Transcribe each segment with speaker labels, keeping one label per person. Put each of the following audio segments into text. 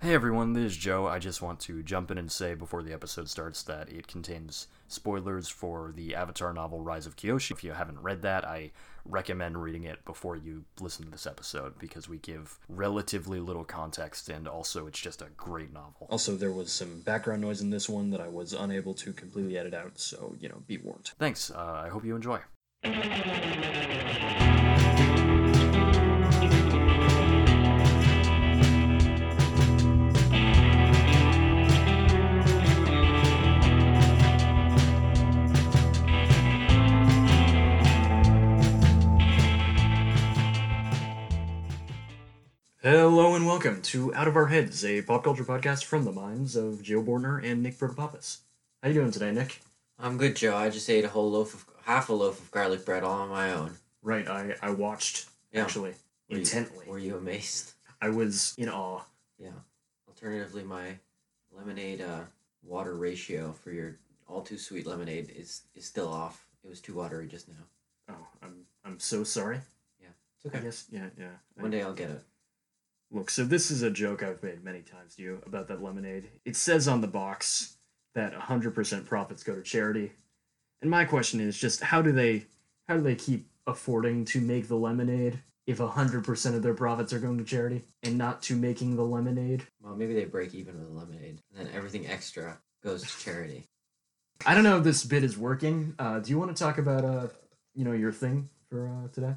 Speaker 1: Hey everyone, this is Joe. I just want to jump in and say before the episode starts that it contains spoilers for the Avatar novel Rise of Kyoshi. If you haven't read that, I recommend reading it before you listen to this episode because we give relatively little context and also it's just a great novel.
Speaker 2: Also, there was some background noise in this one that I was unable to completely edit out, so, you know, be warned.
Speaker 1: Thanks. Uh, I hope you enjoy.
Speaker 2: Hello and welcome to Out of Our Heads, a pop culture podcast from the minds of Joe Bortner and Nick Protopopoulos. How you doing today, Nick?
Speaker 3: I'm good, Joe. I just ate a whole loaf of half a loaf of garlic bread all on my own.
Speaker 2: Right, I, I watched,
Speaker 3: Yeah.
Speaker 2: actually,
Speaker 3: Were you-
Speaker 2: intently.
Speaker 3: Were you amazed?
Speaker 2: I was in awe.
Speaker 3: Yeah. Alternatively, my lemonade uh, water ratio for your all too sweet lemonade is is still off. It was too watery just now.
Speaker 2: Oh, I'm, I'm so sorry.
Speaker 3: It's okay.
Speaker 2: I guess, yeah, yeah.
Speaker 3: One day I'll get it.
Speaker 2: Look, so this is a joke I've made many times to you about that lemonade. It says on the box that 100% profits go to charity. And my question is just how do they how do they keep affording to make the lemonade if 100% of their profits are going to charity and not to making the lemonade?
Speaker 3: Well, maybe they break even with lemonade, and then everything extra goes to charity.
Speaker 2: I don't know if this bit is working. Uh, do you want to talk about uh, you know, your thing for uh, today?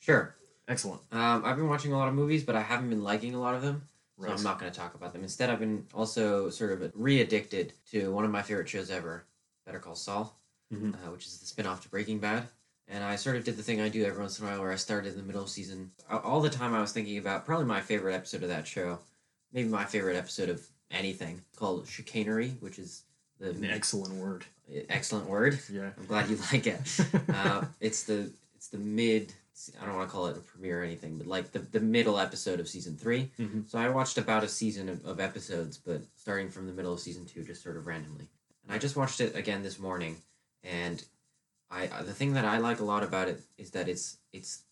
Speaker 3: Sure.
Speaker 2: Excellent.
Speaker 3: Um, I've been watching a lot of movies, but I haven't been liking a lot of them. So I'm not going to talk about them. Instead, I've been also sort of re-addicted to one of my favorite shows ever, Better Call Saul,
Speaker 2: Mhm.
Speaker 3: uh, which is the spin-off to Breaking Bad. And I sort of did the thing I do every once in a while, where I started in the middle of season. A- All the time, I was thinking about probably my favorite episode of that show, maybe my favorite episode of anything called chicanery, which is the
Speaker 2: An excellent word.
Speaker 3: excellent word.
Speaker 2: Yeah.
Speaker 3: I'm glad you like it. Uh, it's the it's the mid. I don't want to call it a premiere or anything, but like the, the middle episode of season 3
Speaker 2: Mhm.
Speaker 3: So I watched about a season of, of episodes, but starting from the middle of season two, just sort of randomly. And I just watched it again this morning, and I uh, the thing that I like a lot about it is that it's it's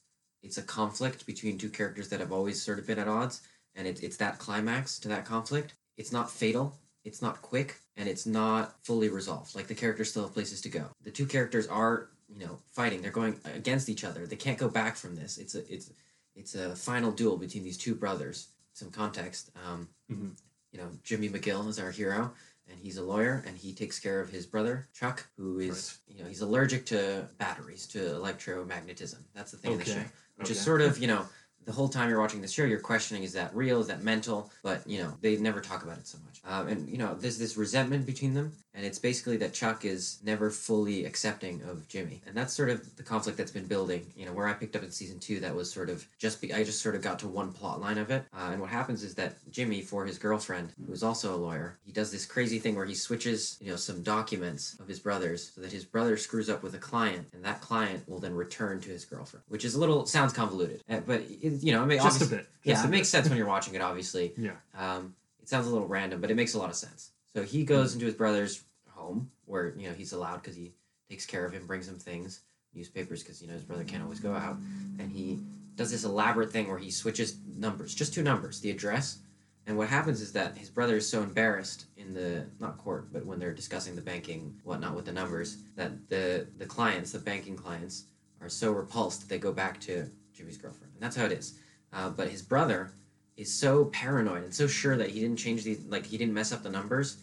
Speaker 3: it's a conflict between two characters that have always sort of been at odds, and it, it's that climax to that conflict. It's not fatal, it's not quick, and it's not fully resolved. Like the characters still have places to go. The two characters are, you know, fighting. They're going against each other. They can't go back from this. It's a it's it's a final duel between these two brothers. Some context. Um,
Speaker 2: Mhm.
Speaker 3: You know, Jimmy McGill is our hero, and he's a lawyer, and he takes care of his brother Chuck, who is you know he's allergic to batteries, to electromagnetism. That's the thing in the show
Speaker 2: Okay.
Speaker 3: which is
Speaker 2: Okay.
Speaker 3: sort of you know the whole time you're watching the show you're questioning is that real is that mental but you know they never talk about it so much um, and you know there's this resentment between them and it's basically that chuck is never fully accepting of jimmy and that's sort of the conflict that's been building you know where i picked up in season two that was sort of just be, i just sort of got to one plot line of it uh, and what happens is that jimmy for his girlfriend who is also a lawyer he does this crazy thing where he switches you know some documents of his brother's so that his brother screws up with a client and that client will then return to his girlfriend which is a little sounds convoluted uh, but it, you know i mean
Speaker 2: Just a
Speaker 3: obviously-
Speaker 2: bit.
Speaker 3: yeah
Speaker 2: Just
Speaker 3: it
Speaker 2: a bit.
Speaker 3: makes sense when you're watching it obviously
Speaker 2: Yeah.
Speaker 3: um, it sounds a little random, but it makes a lot of sense. So he
Speaker 2: Mm-hmm.
Speaker 3: goes into his brother's home where you know he's allowed because he takes care of him, brings him things, newspapers because you know his brother can't always go out, and he does this elaborate thing where he switches numbers, just two numbers, the address. And what happens is that his brother is so embarrassed in the not court, but when they're discussing the banking whatnot with the numbers, that the the clients, the banking clients, are so repulsed that they go back to Jimmy's girlfriend, and that's how it is. Uh, but his brother is so paranoid and so sure that he didn't change these, like he didn't mess up the numbers,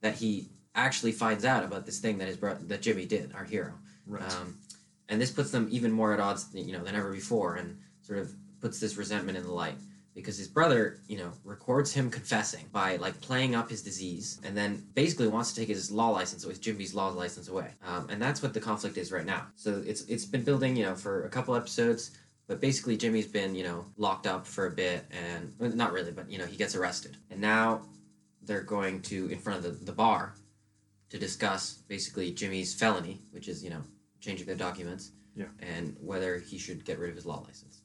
Speaker 3: that he actually finds out about this thing that his bro- that Jimmy did, our hero.
Speaker 2: Right.
Speaker 3: Um, and this puts them even more at odds, you know, than ever before, and sort of puts this resentment in the light because his brother, you know, records him confessing by like playing up his disease, and then basically wants to take his law license, away, his Jimmy's law license away. Um, and that's what the conflict is right now. So it's it's been building, you know, for a couple episodes. But basically, Jimmy's been, you know, locked up for a bit, and well, not really, but you know, he gets arrested, and now they're going to in front of the, the bar to discuss basically Jimmy's felony, which is you know changing their documents,
Speaker 2: Yeah.
Speaker 3: and whether he should get rid of his law license.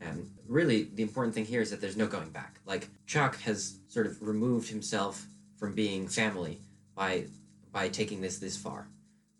Speaker 3: And really, the important thing here is that there's no going back. Like Chuck has sort of removed himself from being family by by taking this this far,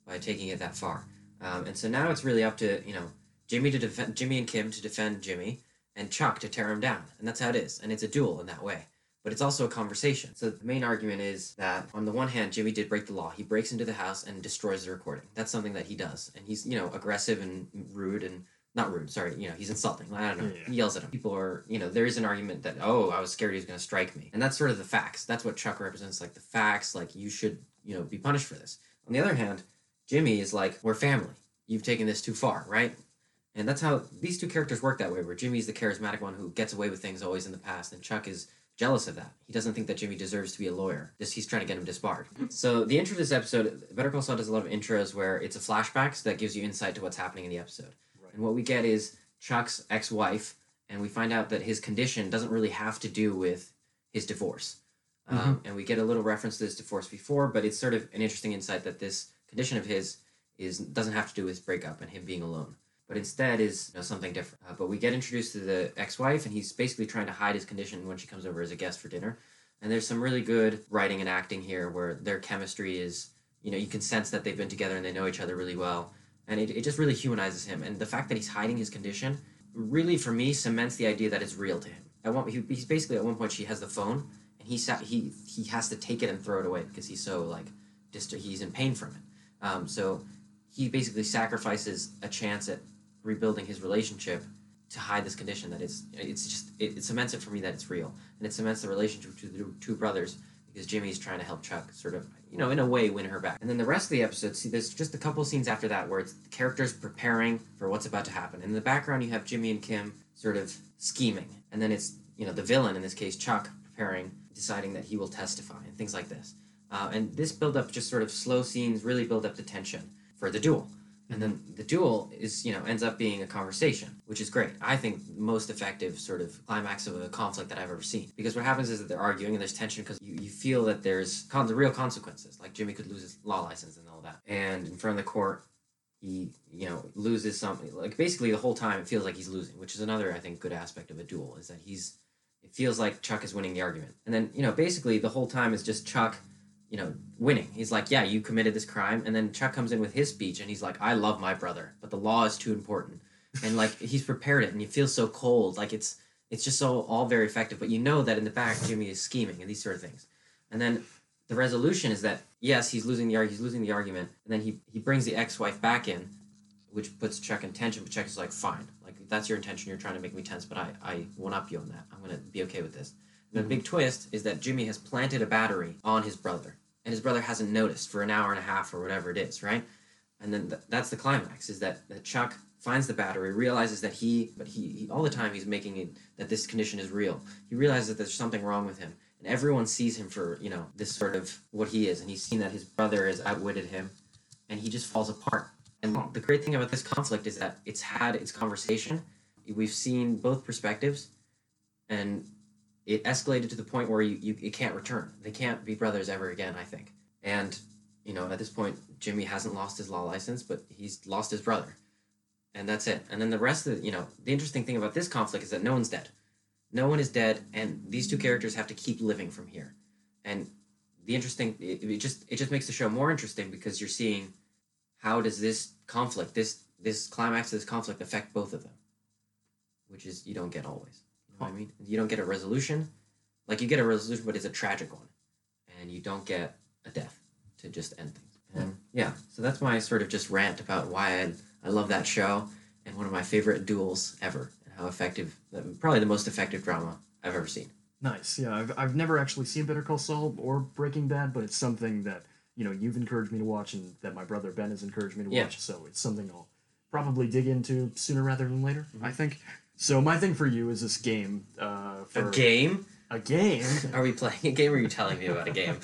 Speaker 3: by taking it that far, um, and so now it's really up to you know Jimmy to defend Jimmy and Kim to defend Jimmy, and Chuck to tear him down, and that's how it is, and it's a duel in that way. but it's also a conversation. So the main argument is that on the one hand, Jimmy did break the law. He breaks into the house and destroys the recording. That's something that he does, and he's you know aggressive and rude and not rude. Sorry, you know he's insulting. I don't know.
Speaker 2: Yeah.
Speaker 3: He yells at him. People are you know there is an argument that oh I was scared he was going to strike me, and that's sort of the facts. That's what Chuck represents, like the facts. Like you should you know be punished for this. On the other hand, Jimmy is like we're family. You've taken this too far, right? And that's how these two characters work that way, where Jimmy's the charismatic one who gets away with things always in the past, and Chuck is jealous of that. He doesn't think that Jimmy deserves to be a lawyer. Just he's trying to get him disbarred. So the intro to this episode, Better Call Saul does a lot of intros where it's a flashback so that gives you insight to what's happening in the episode.
Speaker 2: Right.
Speaker 3: And what we get is Chuck's ex-wife, and we find out that his condition doesn't really have to do with his divorce. Um, and we get a little reference to this divorce before, but it's sort of an interesting insight that this condition of his is doesn't have to do with his breakup and him being alone but instead is you know, something different. Uh, but we get introduced to the ex-wife, and he's basically trying to hide his condition when she comes over as a guest for dinner. And there's some really good writing and acting here, where their chemistry is, you know, you can sense that they've been together and they know each other really well, and it, it just really humanizes him. And the fact that he's hiding his condition, really for me, cements the idea that it's real to him. At one, he, he's basically at one point she has the phone, and he sa- he he has to take it and throw it away because he's so like, dist- he's in pain from it. Um, so he basically sacrifices a chance at rebuilding his relationship to hide this condition that it's it's just it, it cements it for me that it's real and it cements the relationship to the two- two brothers because Jimmy's trying to help Chuck sort of you know in a way win her back and then the rest of the episode see there's just a couple scenes after that where it's the characters preparing for what's about to happen in the background you have Jimmy and Kim sort of scheming and then it's you know the villain in this case Chuck preparing deciding that he will testify and things like this uh, and this build up just sort of slow scenes really build up the tension for the duel and then the duel is you know ends up being a conversation which is great i think the most effective sort of climax of a conflict that i've ever seen because what happens is that they're arguing and there's tension because you, you feel that there's con- the real consequences like jimmy could lose his law license and all that and in front of the court he you know loses something like basically the whole time it feels like he's losing which is another i think good aspect of a duel is that he's it feels like chuck is winning the argument and then you know basically the whole time is just chuck you know, winning. He's like, yeah, you committed this crime. And then Chuck comes in with his speech and he's like, I love my brother, but the law is too important. And like, he's prepared it and you feel so cold. Like it's, it's just so all very effective. But you know that in the back, Jimmy is scheming and these sort of things. And then the resolution is that, yes, he's losing the, arg- he's losing the argument. And then he, he brings the ex-wife back in, which puts Chuck in tension. But Chuck is like, fine, like that's your intention. You're trying to make me tense, but I, I one up you on that. I'm going to be okay with this. And the big twist is that Jimmy has planted a battery on his brother and his brother hasn't noticed for an hour and a half or whatever it is, right? And then th- that's the climax is that, that Chuck finds the battery, realizes that he, but he, he all the time he's making it that this condition is real. He realizes that there's something wrong with him, and everyone sees him for you know this sort of what he is, and he's seen that his brother has outwitted him, and he just falls apart. And the great thing about this conflict is that it's had its conversation. We've seen both perspectives, and it escalated to the point where you, you it can't return. They can't be brothers ever again, I think. And you know, at this point, Jimmy hasn't lost his law license, but he's lost his brother, and that's it. And then the rest of the, you know, the interesting thing about this conflict is that no one's dead. No one is dead, and these two characters have to keep living from here. And the interesting, it, it just it just makes the show more interesting because you're seeing how does this conflict, this this climax of this conflict, affect both of them, which is you don't get always. You know what I mean? You don't get a resolution. Like you get a resolution, but it's a tragic one, and you don't get a death to just end things. And yeah, so that's my sort of just rant about why I, I love that show and one of my favorite duels ever, and how effective, probably the most effective drama I've ever seen.
Speaker 2: Nice. Yeah, I've, I've never actually seen Better Call Saul or Breaking Bad, but it's something that you know you've encouraged me to watch, and that my brother Ben has encouraged me to
Speaker 3: Yeah.
Speaker 2: watch. So it's something I'll probably dig into sooner rather than later. I think. So my thing for you is this game. Uh,
Speaker 3: Mm-hmm. A
Speaker 2: for
Speaker 3: game?
Speaker 2: A game.
Speaker 3: Are we playing a game? Or are you telling me about a game?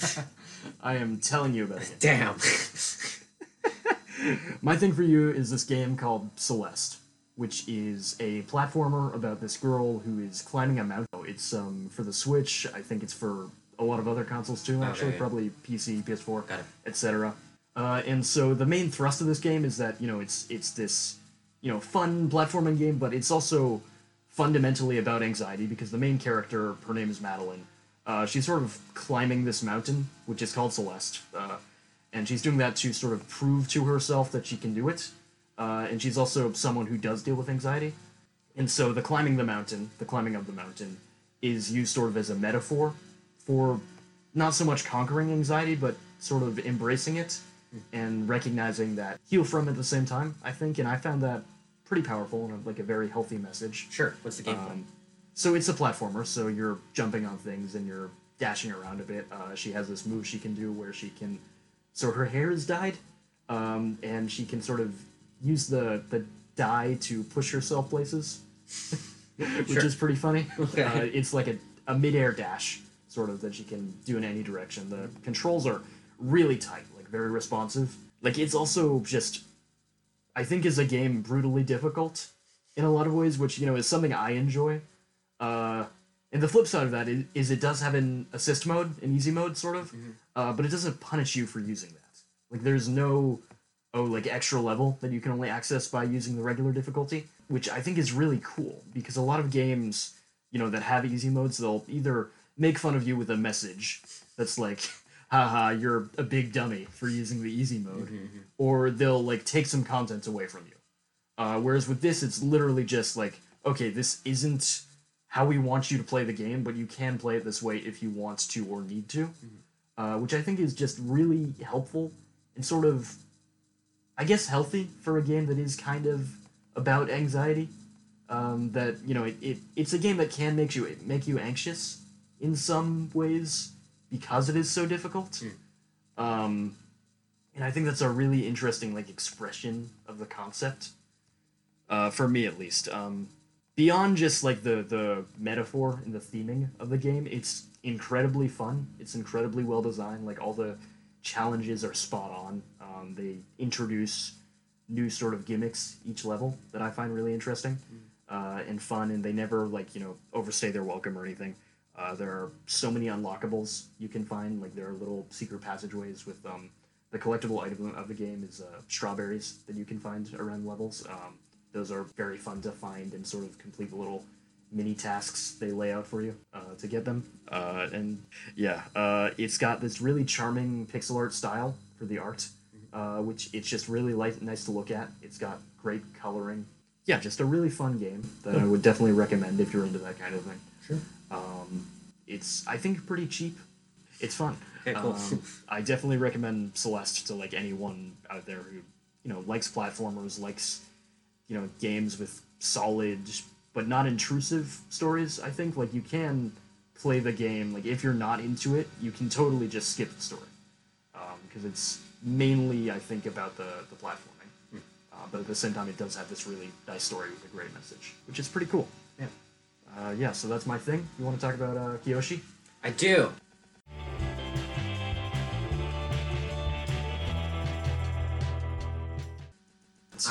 Speaker 2: I am telling you about it.
Speaker 3: Damn.
Speaker 2: My thing for you is this game called Celeste, which is a platformer about this girl who is climbing a mountain. It's um for the Switch. I think it's for a lot of other consoles too. Actually,
Speaker 3: Okay.
Speaker 2: probably PC, PS4,
Speaker 3: Got it.
Speaker 2: etc. Uh, and so the main thrust of this game is that you know it's it's this you know fun platforming game, but it's also fundamentally about anxiety because the main character, her name is Madeline. Uh, she's sort of climbing this mountain, which is called Celeste, uh, and she's doing that to sort of prove to herself that she can do it. Uh, and she's also someone who does deal with anxiety, and so the climbing the mountain, the climbing of the mountain, is used sort of as a metaphor for not so much conquering anxiety, but sort of embracing it and recognizing that heal from it at the same time, I think. And I found that pretty powerful and like a very healthy message.
Speaker 3: Sure. What's the game plan?
Speaker 2: Um, so it's a platformer, so you're jumping on things and you're dashing around a bit. Uh, she has this move she can do where she can. So her hair is dyed, um, and she can sort of use the, the dye to push herself places, which
Speaker 3: Sure.
Speaker 2: is pretty funny.
Speaker 3: Okay.
Speaker 2: Uh, it's like a, a midair dash, sort of, that she can do in any direction. The controls are really tight, like very responsive. Like, it's also just I think is a game brutally difficult in a lot of ways, which you know is something I enjoy. Uh, and the flip side of that is, is it does have an assist mode, an easy mode, sort of, uh, but it doesn't punish you for using that. Like there's no oh like extra level that you can only access by using the regular difficulty, which I think is really cool because a lot of games you know that have easy modes they'll either make fun of you with a message that's like haha you're a big dummy for using the easy mode or they'll like take some content away from you uh, whereas with this it's literally just like okay this isn't how we want you to play the game but you can play it this way if you want to or need to uh, which i think is just really helpful and sort of i guess healthy for a game that is kind of about anxiety um, that you know it, it it's a game that can make you make you anxious in some ways because it is so difficult um, and i think that's a really interesting like expression of the concept uh, for me at least um, beyond just like the the metaphor and the theming of the game it's incredibly fun it's incredibly well designed like all the challenges are spot on um, they introduce new sort of gimmicks each level that i find really interesting uh, and fun and they never like you know overstay their welcome or anything uh, there are so many unlockables you can find like there are little secret passageways with um, the collectible item of the game is uh, strawberries that you can find around levels um, those are very fun to find and sort of complete the little mini tasks they lay out for you uh, to get them uh, and yeah uh, it's got this really charming pixel art style for the art uh, which it's just really light, nice to look at it's got great coloring yeah just a really fun game that i would definitely recommend if you're into that kind of thing
Speaker 3: Sure.
Speaker 2: um, it's I think pretty cheap. It's fun.
Speaker 3: Okay, cool.
Speaker 2: Um, I definitely recommend Celeste to like anyone out there who you know likes platformers, likes you know games with solid but not intrusive stories. I think like you can play the game like if you're not into it, you can totally just skip the story because it's mainly I think about the the platforming.
Speaker 3: Hmm.
Speaker 2: Uh, but at the same time, it does have this really nice story with a great message, which is pretty cool.
Speaker 3: Yeah.
Speaker 2: Uh, yeah, so that's my thing. You want to talk about uh, Kiyoshi?
Speaker 3: I do. I-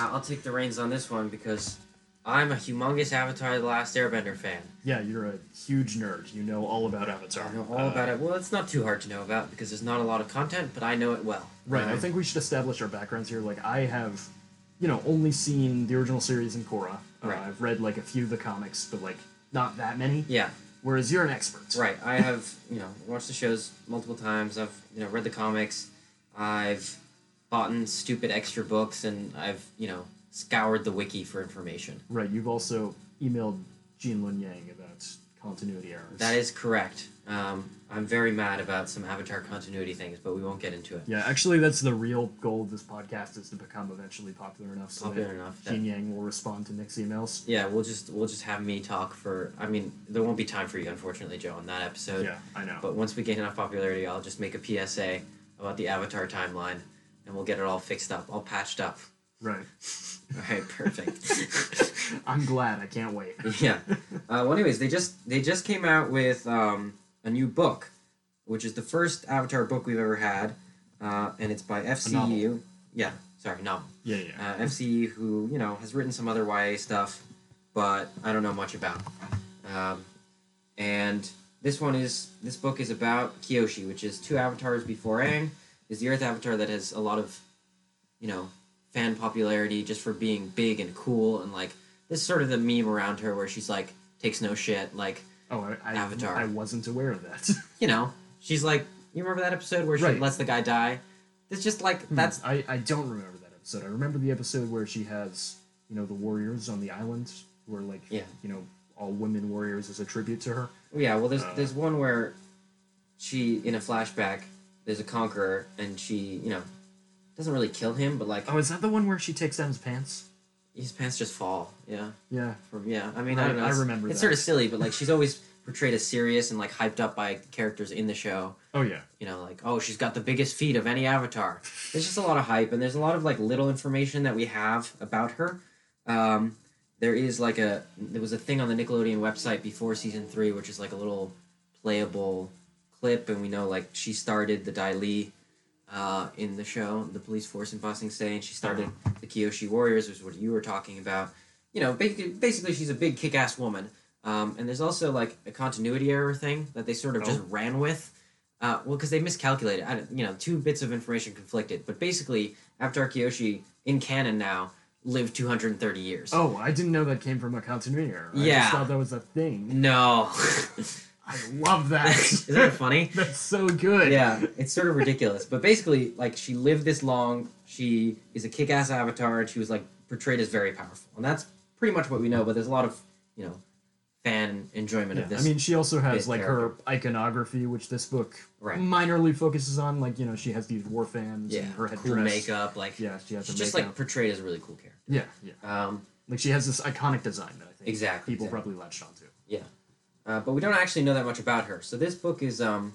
Speaker 3: Uh, I'll take the reins on this one because I'm a humongous Avatar: The Last Airbender fan.
Speaker 2: Yeah, you're a huge nerd. You know all about Avatar. Uh,
Speaker 3: I know all about it. Well, it's not too hard to know about because there's not a lot of content, but I know it well.
Speaker 2: Right. I
Speaker 3: Um,
Speaker 2: think we should establish our backgrounds here. Like, I have, you know, only seen the original series and Korra. Uh,
Speaker 3: Right.
Speaker 2: I've read like a few of the comics, but like not that many.
Speaker 3: Yeah.
Speaker 2: Whereas you're an expert.
Speaker 3: Right. I have, you know, watched the shows multiple times. I've, you know, read the comics. I've bought in stupid extra books and I've, you know, scoured the wiki for information.
Speaker 2: Right. You've also emailed Jean Lun Yang about continuity errors.
Speaker 3: That is correct. Um, I'm very mad about some Avatar continuity things, but we won't get into it.
Speaker 2: Yeah, actually, that's the real goal of this podcast is to become eventually popular enough so
Speaker 3: Popular
Speaker 2: that
Speaker 3: enough that-
Speaker 2: Jean Yang will respond to Nick's emails.
Speaker 3: Yeah, we'll just we'll just have me talk for. I mean, there won't be time for you, unfortunately, Joe, on that episode.
Speaker 2: Yeah, I know.
Speaker 3: But once we gain enough popularity, I'll just make a PSA about the Avatar timeline, and we'll get it all fixed up, all patched up.
Speaker 2: right.
Speaker 3: All right, perfect.
Speaker 2: I'm glad. I can't wait.
Speaker 3: yeah. Uh, well, anyways, they just they just came out with um, a new book, which is the first Avatar book we've ever had, uh, and it's by FCU. Yeah, sorry, novel.
Speaker 2: Yeah, yeah.
Speaker 3: Uh, FCU, who you know has written some other YA stuff, but I don't know much about. Um, and this one is this book is about Kyoshi, which is two avatars before Aang, is the Earth avatar that has a lot of, you know, fan popularity just for being big and cool and like this is sort of the meme around her where she's like takes no shit, like
Speaker 2: Oh, I, I,
Speaker 3: Avatar. Hmm.
Speaker 2: I wasn't aware of that.
Speaker 3: you know she's like you remember that episode where she
Speaker 2: Right. Hmm.
Speaker 3: lets the guy die. It's just like that's
Speaker 2: I, I don't remember that episode. I remember the episode where she has, you know, the warriors on the island who are like,
Speaker 3: Yeah.
Speaker 2: you know, all women warriors as a tribute to her.
Speaker 3: Yeah, well, there's
Speaker 2: Uh,
Speaker 3: there's one where she in a flashback there's a conqueror and she you know doesn't really kill him but like
Speaker 2: Oh, is that the one where she takes down his pants?
Speaker 3: his pants just fall yeah
Speaker 2: Yeah.
Speaker 3: from yeah i mean
Speaker 2: Right,
Speaker 3: i don't know
Speaker 2: I
Speaker 3: it's-
Speaker 2: remember
Speaker 3: it's
Speaker 2: that.
Speaker 3: sort of silly but like she's always portrayed as serious and like hyped up by characters in the show
Speaker 2: Oh yeah.
Speaker 3: you know, like, oh, she's got the biggest feet of any avatar. There's just a lot of hype, and there's a lot of like little information that we have about her. Um, there is like a there was a thing on the Nickelodeon website before season three, which is like a little playable clip, and we know like she started the Dai Li uh, in the show, the police force in Bossing Se, and she started the Kyoshi Warriors, which is what you were talking about. You know, ba- basically, she's a big kick ass woman. Um, and there's also like a continuity error thing that they sort of just ran with. Uh, well, because they miscalculated. I, don't- you know, two bits of information conflicted. But basically, Avatar Kyoshi in canon now lived 230 years.
Speaker 2: Oh, I didn't know that came from a continuity error. I
Speaker 3: Yeah.
Speaker 2: just thought that was a thing.
Speaker 3: No.
Speaker 2: I love that.
Speaker 3: Isn't that funny?
Speaker 2: That's so good.
Speaker 3: yeah, it's sort of ridiculous. But basically, like she lived this long. She is a kick-ass avatar, and she was like portrayed as very powerful, and that's pretty much what we know. But there's a lot of you know fan enjoyment
Speaker 2: Yeah,
Speaker 3: of this.
Speaker 2: I mean, she also has
Speaker 3: bit
Speaker 2: like her iconography, which this book
Speaker 3: Right.
Speaker 2: minorly focuses on. Like you know, she has these war fans
Speaker 3: yeah,
Speaker 2: and her headdress.
Speaker 3: cool makeup, like
Speaker 2: Yeah, she has
Speaker 3: she's
Speaker 2: her
Speaker 3: just like
Speaker 2: makeup.
Speaker 3: portrayed as a really cool character.
Speaker 2: yeah, yeah.
Speaker 3: Um,
Speaker 2: Like she has this iconic design that I think
Speaker 3: Exactly,
Speaker 2: people
Speaker 3: exactly.
Speaker 2: probably latched onto.
Speaker 3: Yeah, uh, but we don't actually know that much about her. So this book is, um,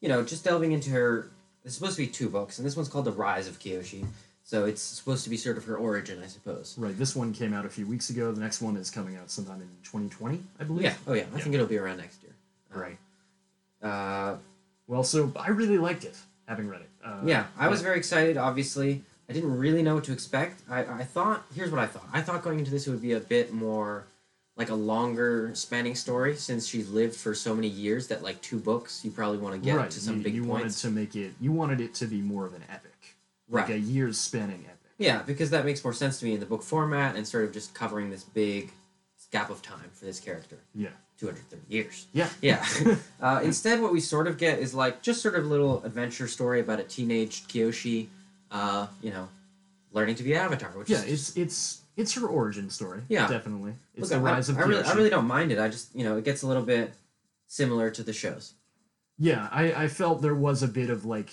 Speaker 3: you know, just delving into her. There's supposed to be two books, and this one's called The Rise of Kyoshi. So it's supposed to be sort of her origin, I suppose.
Speaker 2: Right. This one came out a few weeks ago. The next one is coming out sometime in 2020, I believe.
Speaker 3: Yeah. Oh yeah. I think it'll be around next year. Um,
Speaker 2: Right.
Speaker 3: Uh,
Speaker 2: Well, so I really liked it, having read it. Uh,
Speaker 3: yeah, I was very excited. Obviously, I didn't really know what to expect. I, I thought here's what I thought. I thought going into this it would be a bit more like a longer spanning story since she's lived for so many years that like two books you probably want to get
Speaker 2: right.
Speaker 3: to some
Speaker 2: you
Speaker 3: big
Speaker 2: you wanted
Speaker 3: points.
Speaker 2: to make it. You wanted it to be more of an epic, like a
Speaker 3: right.
Speaker 2: years spanning epic.
Speaker 3: Yeah, because that makes more sense to me in the book format and sort of just covering this big gap of time for this character,
Speaker 2: Yeah.
Speaker 3: 230 years.
Speaker 2: Yeah.
Speaker 3: Yeah. uh, instead, what we sort of get is like just sort of a little adventure story about a teenage Kyoshi, uh, you know, learning to be an avatar. Which
Speaker 2: Yeah.
Speaker 3: is
Speaker 2: It's it's it's her origin story.
Speaker 3: Yeah.
Speaker 2: Definitely. It's
Speaker 3: look,
Speaker 2: the
Speaker 3: I-
Speaker 2: rise
Speaker 3: I,
Speaker 2: of.
Speaker 3: really, I
Speaker 2: Kyoshi.
Speaker 3: really don't mind it. I just you know it gets a little bit similar to the shows.
Speaker 2: Yeah, I, I felt there was a bit of like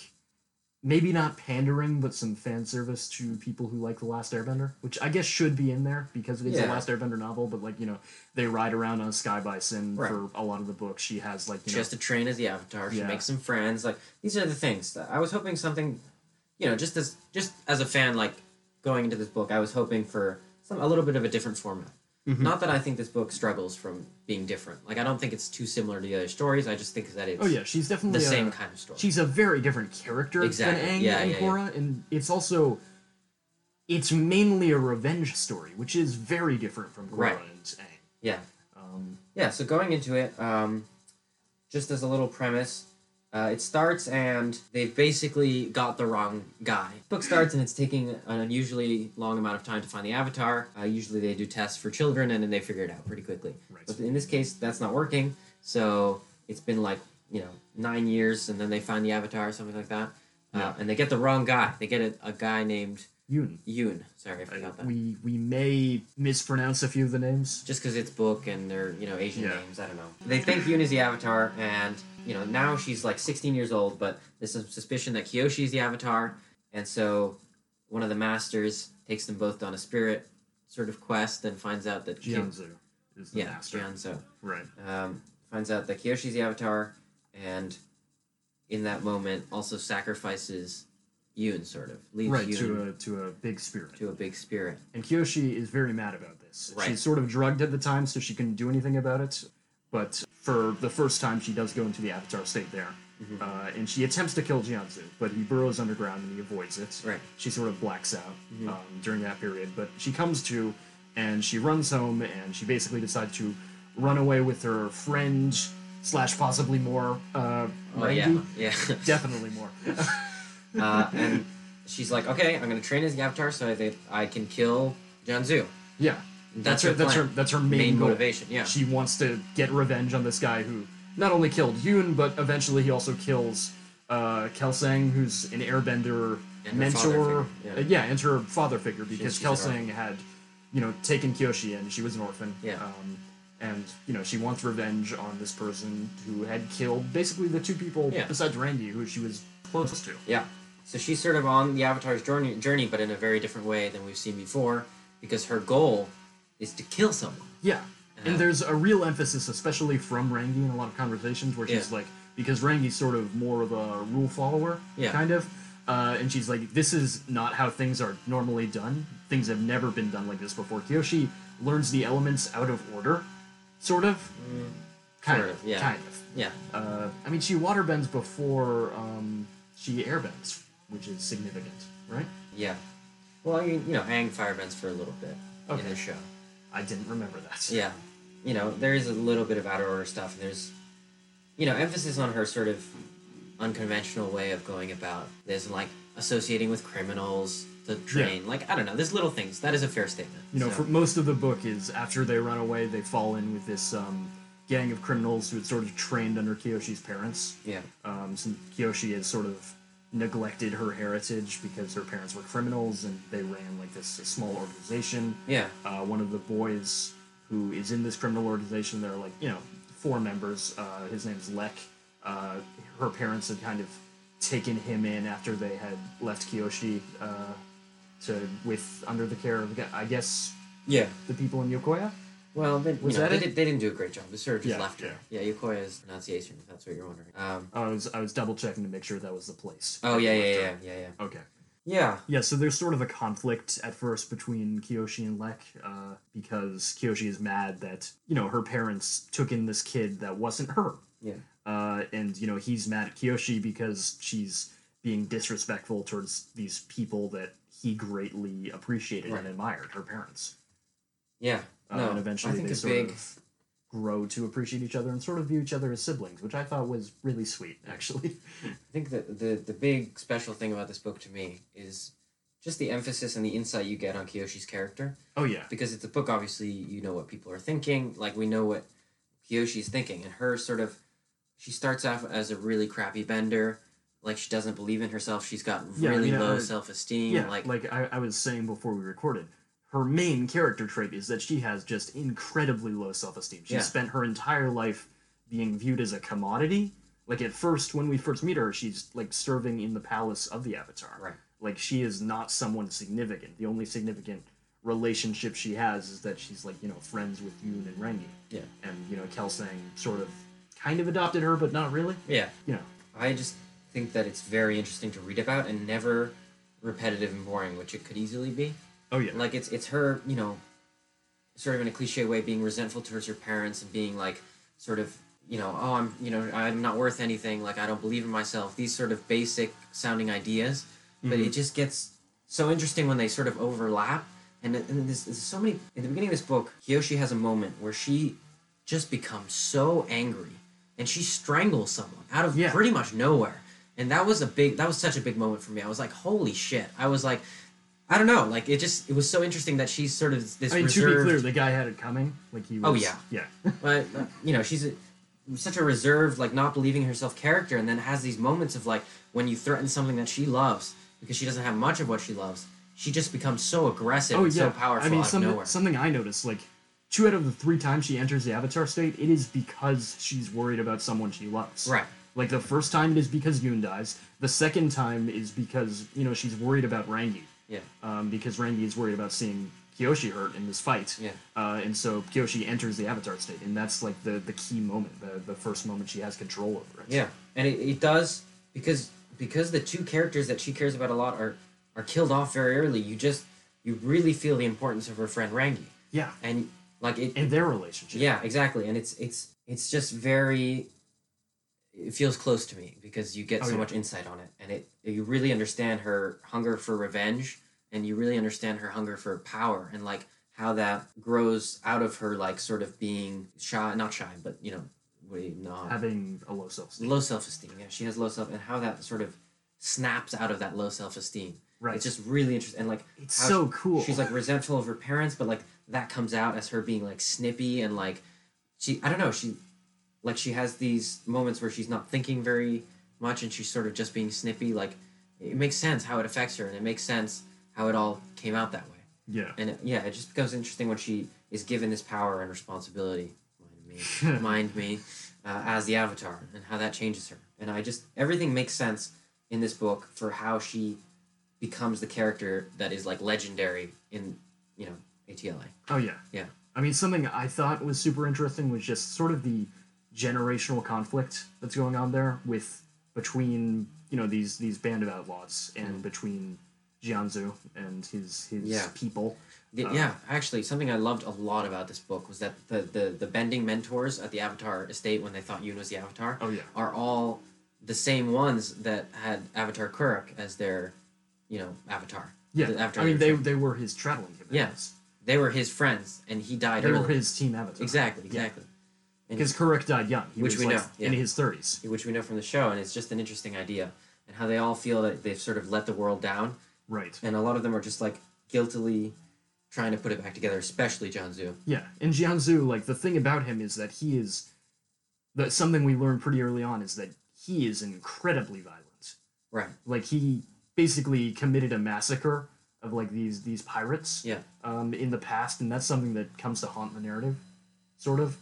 Speaker 2: maybe not pandering, but some fan service to people who like The Last Airbender, which I guess should be in there because it is a
Speaker 3: Yeah.
Speaker 2: Last Airbender novel, but like, you know, they ride around on a sky bison
Speaker 3: Right.
Speaker 2: for a lot of the book. She has like you
Speaker 3: She has to train as the avatar. She
Speaker 2: Yeah.
Speaker 3: makes some friends. Like these are the things that I was hoping something, you know, just as just as a fan, like going into this book, I was hoping for some a little bit of a different format.
Speaker 2: Mm-hmm.
Speaker 3: Not that I think this book struggles from being different. Like I don't think it's too similar to the other stories. I just think that it's
Speaker 2: know Oh yeah, she's definitely
Speaker 3: the
Speaker 2: a-
Speaker 3: same kind of story.
Speaker 2: She's a very different character
Speaker 3: Exactly.
Speaker 2: than Aang
Speaker 3: Yeah,
Speaker 2: and
Speaker 3: yeah, yeah.
Speaker 2: Korra, and it's also it's mainly a revenge story, which is very different from Korra
Speaker 3: Right.
Speaker 2: and Aang.
Speaker 3: yeah.
Speaker 2: Um,
Speaker 3: yeah so going into it um, just as a little premise uh, it starts and they've basically got the wrong guy book starts and it's taking an unusually long amount of time to find the avatar uh, usually they do tests for children and then they figure it out pretty quickly
Speaker 2: Right.
Speaker 3: but in this case that's not working so it's been like you know nine years and then they find the avatar or something like that uh,
Speaker 2: Yeah.
Speaker 3: and they get the wrong guy they get a, a guy named
Speaker 2: Yoon.
Speaker 3: yoon sorry i forgot that
Speaker 2: We we may mispronounce a few of the names.
Speaker 3: just because it's book and they're you know Asian
Speaker 2: Yeah.
Speaker 3: names. I don't know. They think Yun is the avatar, and you know now she's like 16 years old, but there's some suspicion that Kyoshi is the avatar, and so one of the masters takes them both on a spirit sort of quest and finds out that Ki-
Speaker 2: Jianzu is the
Speaker 3: yeah,
Speaker 2: master.
Speaker 3: Jianzo
Speaker 2: Right.
Speaker 3: um, finds out that Kyoshi's the avatar, and in that moment also sacrifices Yun, sort of leads
Speaker 2: Right,
Speaker 3: Yun
Speaker 2: to a to a big spirit.
Speaker 3: to a big spirit.
Speaker 2: And Kyoshi is very mad about this.
Speaker 3: Right.
Speaker 2: She's sort of drugged at the time, so she couldn't do anything about it. But for the first time, she does go into the Avatar state there.
Speaker 3: Mm-hmm.
Speaker 2: Uh, and she attempts to kill Jianzu, but he burrows underground and he avoids it.
Speaker 3: Right. Mm-hmm.
Speaker 2: She sort of blacks out um, during that period. But she comes to, and she runs home, and she basically decides to run away with her friend, slash possibly more, uh,
Speaker 3: Oh yeah,
Speaker 2: Rangu?
Speaker 3: yeah.
Speaker 2: Definitely more.
Speaker 3: uh, and she's like, "Okay, I'm gonna train as the Avatar so that I can kill Janzu."
Speaker 2: Yeah, that's,
Speaker 3: That's her
Speaker 2: her. That's her.
Speaker 3: plan.
Speaker 2: That's her main,
Speaker 3: Main
Speaker 2: goal.
Speaker 3: motivation, yeah.
Speaker 2: she wants to get revenge on this guy who not only killed Yoon, but eventually he also kills uh, Kelsang, who's an Airbender
Speaker 3: And her father
Speaker 2: mentor.
Speaker 3: figure, yeah.
Speaker 2: Uh, yeah, and her father figure because
Speaker 3: she's an
Speaker 2: Kelsang had, you know, taken Kyoshi and she was an orphan.
Speaker 3: Yeah.
Speaker 2: Um, and you know she wants revenge on this person who had killed basically the two people
Speaker 3: Yeah.
Speaker 2: besides Randy who she was close to.
Speaker 3: Yeah. So she's sort of on the Avatar's journey, journey, but in a very different way than we've seen before, because her goal is to kill someone.
Speaker 2: Yeah.
Speaker 3: Yeah.
Speaker 2: And there's a real emphasis, especially from Rangi in a lot of conversations, where she's
Speaker 3: Yeah.
Speaker 2: like, because Rangi's sort of more of a rule follower,
Speaker 3: Yeah.
Speaker 2: kind of. Uh, and she's like, this is not how things are normally done. Things have never been done like this before. Kyoshi learns the elements out of order, sort of. kind
Speaker 3: Mm. sort
Speaker 2: of,
Speaker 3: of, yeah.
Speaker 2: Kind of.
Speaker 3: Yeah.
Speaker 2: Uh, I mean, she waterbends before um, she airbends, which is significant, right?
Speaker 3: Yeah. Well, you, you know, Aang firebends for a little bit
Speaker 2: Okay.
Speaker 3: in the show.
Speaker 2: I didn't remember that.
Speaker 3: Yeah. You know, there is a little bit of outer order stuff, and there's, you know, emphasis on her sort of unconventional way of going about this, and like associating with criminals, the train, like, I don't know, there's little things. That is a fair statement.
Speaker 2: You know,
Speaker 3: So-
Speaker 2: for most of the book is after they run away, they fall in with this um, gang of criminals who had sort of trained under Kiyoshi's parents.
Speaker 3: yeah.
Speaker 2: Um, so Kiyoshi has sort of neglected her heritage because her parents were criminals and they ran like this small organization.
Speaker 3: Yeah.
Speaker 2: Uh, one of the boys who is in this criminal organization, there are like, you know, four members. Uh, his name's Lek. Uh, her parents had kind of taken him in after they had left Kiyoshi uh, to with under the care of, I guess,
Speaker 3: Yeah.
Speaker 2: the people in Yokoya.
Speaker 3: Well, they,
Speaker 2: Was
Speaker 3: you know,
Speaker 2: that
Speaker 3: they,
Speaker 2: it?
Speaker 3: Did, they didn't do a great job. They sort of just
Speaker 2: Yeah,
Speaker 3: left her. Yeah, Yokoya's pronunciation, if that's what you're wondering. Um,
Speaker 2: I was I was double checking to make sure that was the place.
Speaker 3: oh, yeah, yeah, yeah, yeah, yeah.
Speaker 2: Okay.
Speaker 3: Yeah,
Speaker 2: Yeah, so there's sort of a conflict at first between Kiyoshi and Lek, uh, because Kiyoshi is mad that you know her parents took in this kid that wasn't her,
Speaker 3: yeah.
Speaker 2: uh, and you know he's mad at Kiyoshi because she's being disrespectful towards these people that he greatly appreciated
Speaker 3: Right.
Speaker 2: and admired, her parents.
Speaker 3: Yeah.
Speaker 2: Uh,
Speaker 3: no,
Speaker 2: and eventually
Speaker 3: I think
Speaker 2: they
Speaker 3: it's
Speaker 2: sort
Speaker 3: big.
Speaker 2: of grow to appreciate each other and sort of view each other as siblings, which I thought was really sweet, actually.
Speaker 3: I think that the the big special thing about this book to me is just the emphasis and the insight you get on Kiyoshi's character
Speaker 2: oh yeah,
Speaker 3: because it's a book. Obviously, you know what people are thinking. Like we know what Kiyoshi's thinking, and her sort of she starts off as a really crappy bender. Like she doesn't believe in herself. She's got
Speaker 2: Yeah, I
Speaker 3: really
Speaker 2: mean,
Speaker 3: low
Speaker 2: I-
Speaker 3: self esteem.
Speaker 2: Yeah,
Speaker 3: like,
Speaker 2: like, I, I was saying before we recorded, her main character trait is that she has just incredibly low self esteem. She
Speaker 3: Yeah.
Speaker 2: spent her entire life being viewed as a commodity. Like at first, when we first meet her, she's like serving in the palace of the Avatar.
Speaker 3: Right.
Speaker 2: Like she is not someone significant. The only significant relationship she has is that she's like you know friends with Yoon and Rengi.
Speaker 3: Yeah.
Speaker 2: And you know Kelsang sort of kind of adopted her, but not really.
Speaker 3: yeah.
Speaker 2: You know.
Speaker 3: I just think that it's very interesting to read about and never repetitive and boring, which it could easily be.
Speaker 2: Oh yeah.
Speaker 3: Like it's it's her, you know, sort of in a cliche way, being resentful towards her parents and being like, sort of, you know, oh, I'm, you know, I'm not worth anything. Like I don't believe in myself. These sort of basic sounding ideas, but
Speaker 2: Mm-hmm.
Speaker 3: it just gets so interesting when they sort of overlap. And, and there's, there's so many. In the beginning of this book, Kiyoshi has a moment where she just becomes so angry, and she strangles someone out of
Speaker 2: Yeah.
Speaker 3: pretty much nowhere. And that was a big. That was such a big moment for me. I was like, holy shit! I was like, I don't know. Like it just. It was so interesting that she's sort of this
Speaker 2: I mean,
Speaker 3: reserved.
Speaker 2: to be clear, the guy had it coming. Like he was.
Speaker 3: Oh, yeah.
Speaker 2: Yeah.
Speaker 3: but uh, you know she's a, such a reserved like not believing in herself character and then has these moments of like when you threaten something that she loves because she doesn't have much of what she loves she just becomes so aggressive and so powerful
Speaker 2: Oh, I mean,
Speaker 3: out
Speaker 2: some-
Speaker 3: of nowhere
Speaker 2: something I noticed, like two out of the three times she enters the Avatar state, it is because she's worried about someone she loves.
Speaker 3: Right.
Speaker 2: Like the first time, it is because Yoon dies. The second time is because you know she's worried about Rangi,
Speaker 3: yeah
Speaker 2: um, because Rangi is worried about seeing Kyoshi hurt in this fight.
Speaker 3: Yeah.
Speaker 2: Uh, and so Kyoshi enters the Avatar state, and that's like the the key moment, the the first moment she has control over it.
Speaker 3: yeah and it, it does because because the two characters that she cares about a lot are are killed off very early you just you really feel the importance of her friend rangi
Speaker 2: Yeah.
Speaker 3: and like it
Speaker 2: And their relationship.
Speaker 3: Yeah, exactly. And it's it's it's just very it feels close to me because you get
Speaker 2: Oh,
Speaker 3: so
Speaker 2: yeah.
Speaker 3: much insight on it and it you really understand her hunger for revenge and you really understand her hunger for power and like how that grows out of her like sort of being shy not shy but you know we not
Speaker 2: Having a low self esteem.
Speaker 3: low self-esteem yeah she has low self and how that sort of snaps out of that low self-esteem
Speaker 2: Right.
Speaker 3: it's just really interesting and like
Speaker 2: It's
Speaker 3: how
Speaker 2: so
Speaker 3: she-
Speaker 2: cool.
Speaker 3: she's like resentful of her parents but like that comes out as her being like snippy and like she i don't know she like she has these moments where she's not thinking very much and she's sort of just being snippy like it makes sense how it affects her and it makes sense how it all came out that way
Speaker 2: yeah.
Speaker 3: and it, yeah it just becomes interesting when she is given this power and responsibility me, remind me uh, as the Avatar and how that changes her. And I just everything makes sense in this book for how she becomes the character that is like legendary in you know ATLA.
Speaker 2: Oh yeah.
Speaker 3: Yeah.
Speaker 2: I mean, something I thought was super interesting was just sort of the generational conflict that's going on there with between you know these these band of outlaws and between Jianzu and his his
Speaker 3: Mm. Yeah.
Speaker 2: people.
Speaker 3: The- yeah, actually, something I loved a lot about this book was that the, the the bending mentors at the Avatar estate when they thought Yoon was the Avatar
Speaker 2: Oh yeah.
Speaker 3: are all the same ones that had Avatar Kurok as their, you know, Avatar.
Speaker 2: Yeah.
Speaker 3: The Avatar
Speaker 2: I mean, they
Speaker 3: leadership.
Speaker 2: they were his traveling companions.
Speaker 3: they were his friends, and he died
Speaker 2: They were
Speaker 3: early.
Speaker 2: his team avatar.
Speaker 3: Exactly, exactly.
Speaker 2: Because Kurek died young. He
Speaker 3: Which
Speaker 2: was
Speaker 3: we
Speaker 2: like
Speaker 3: know, yeah.
Speaker 2: in his thirties.
Speaker 3: Which we know from the show, and it's just an interesting idea, and how they all feel that they've sort of let the world down,
Speaker 2: Right.
Speaker 3: and a lot of them are just like guiltily trying to put it back together, especially Janzu.
Speaker 2: Yeah, and Jianzu, like the thing about him is that he is that something we learned pretty early on is that he is incredibly violent.
Speaker 3: Right.
Speaker 2: Like he basically committed a massacre of like these these pirates
Speaker 3: Yeah.
Speaker 2: um, in the past, and that's something that comes to haunt the narrative, sort of.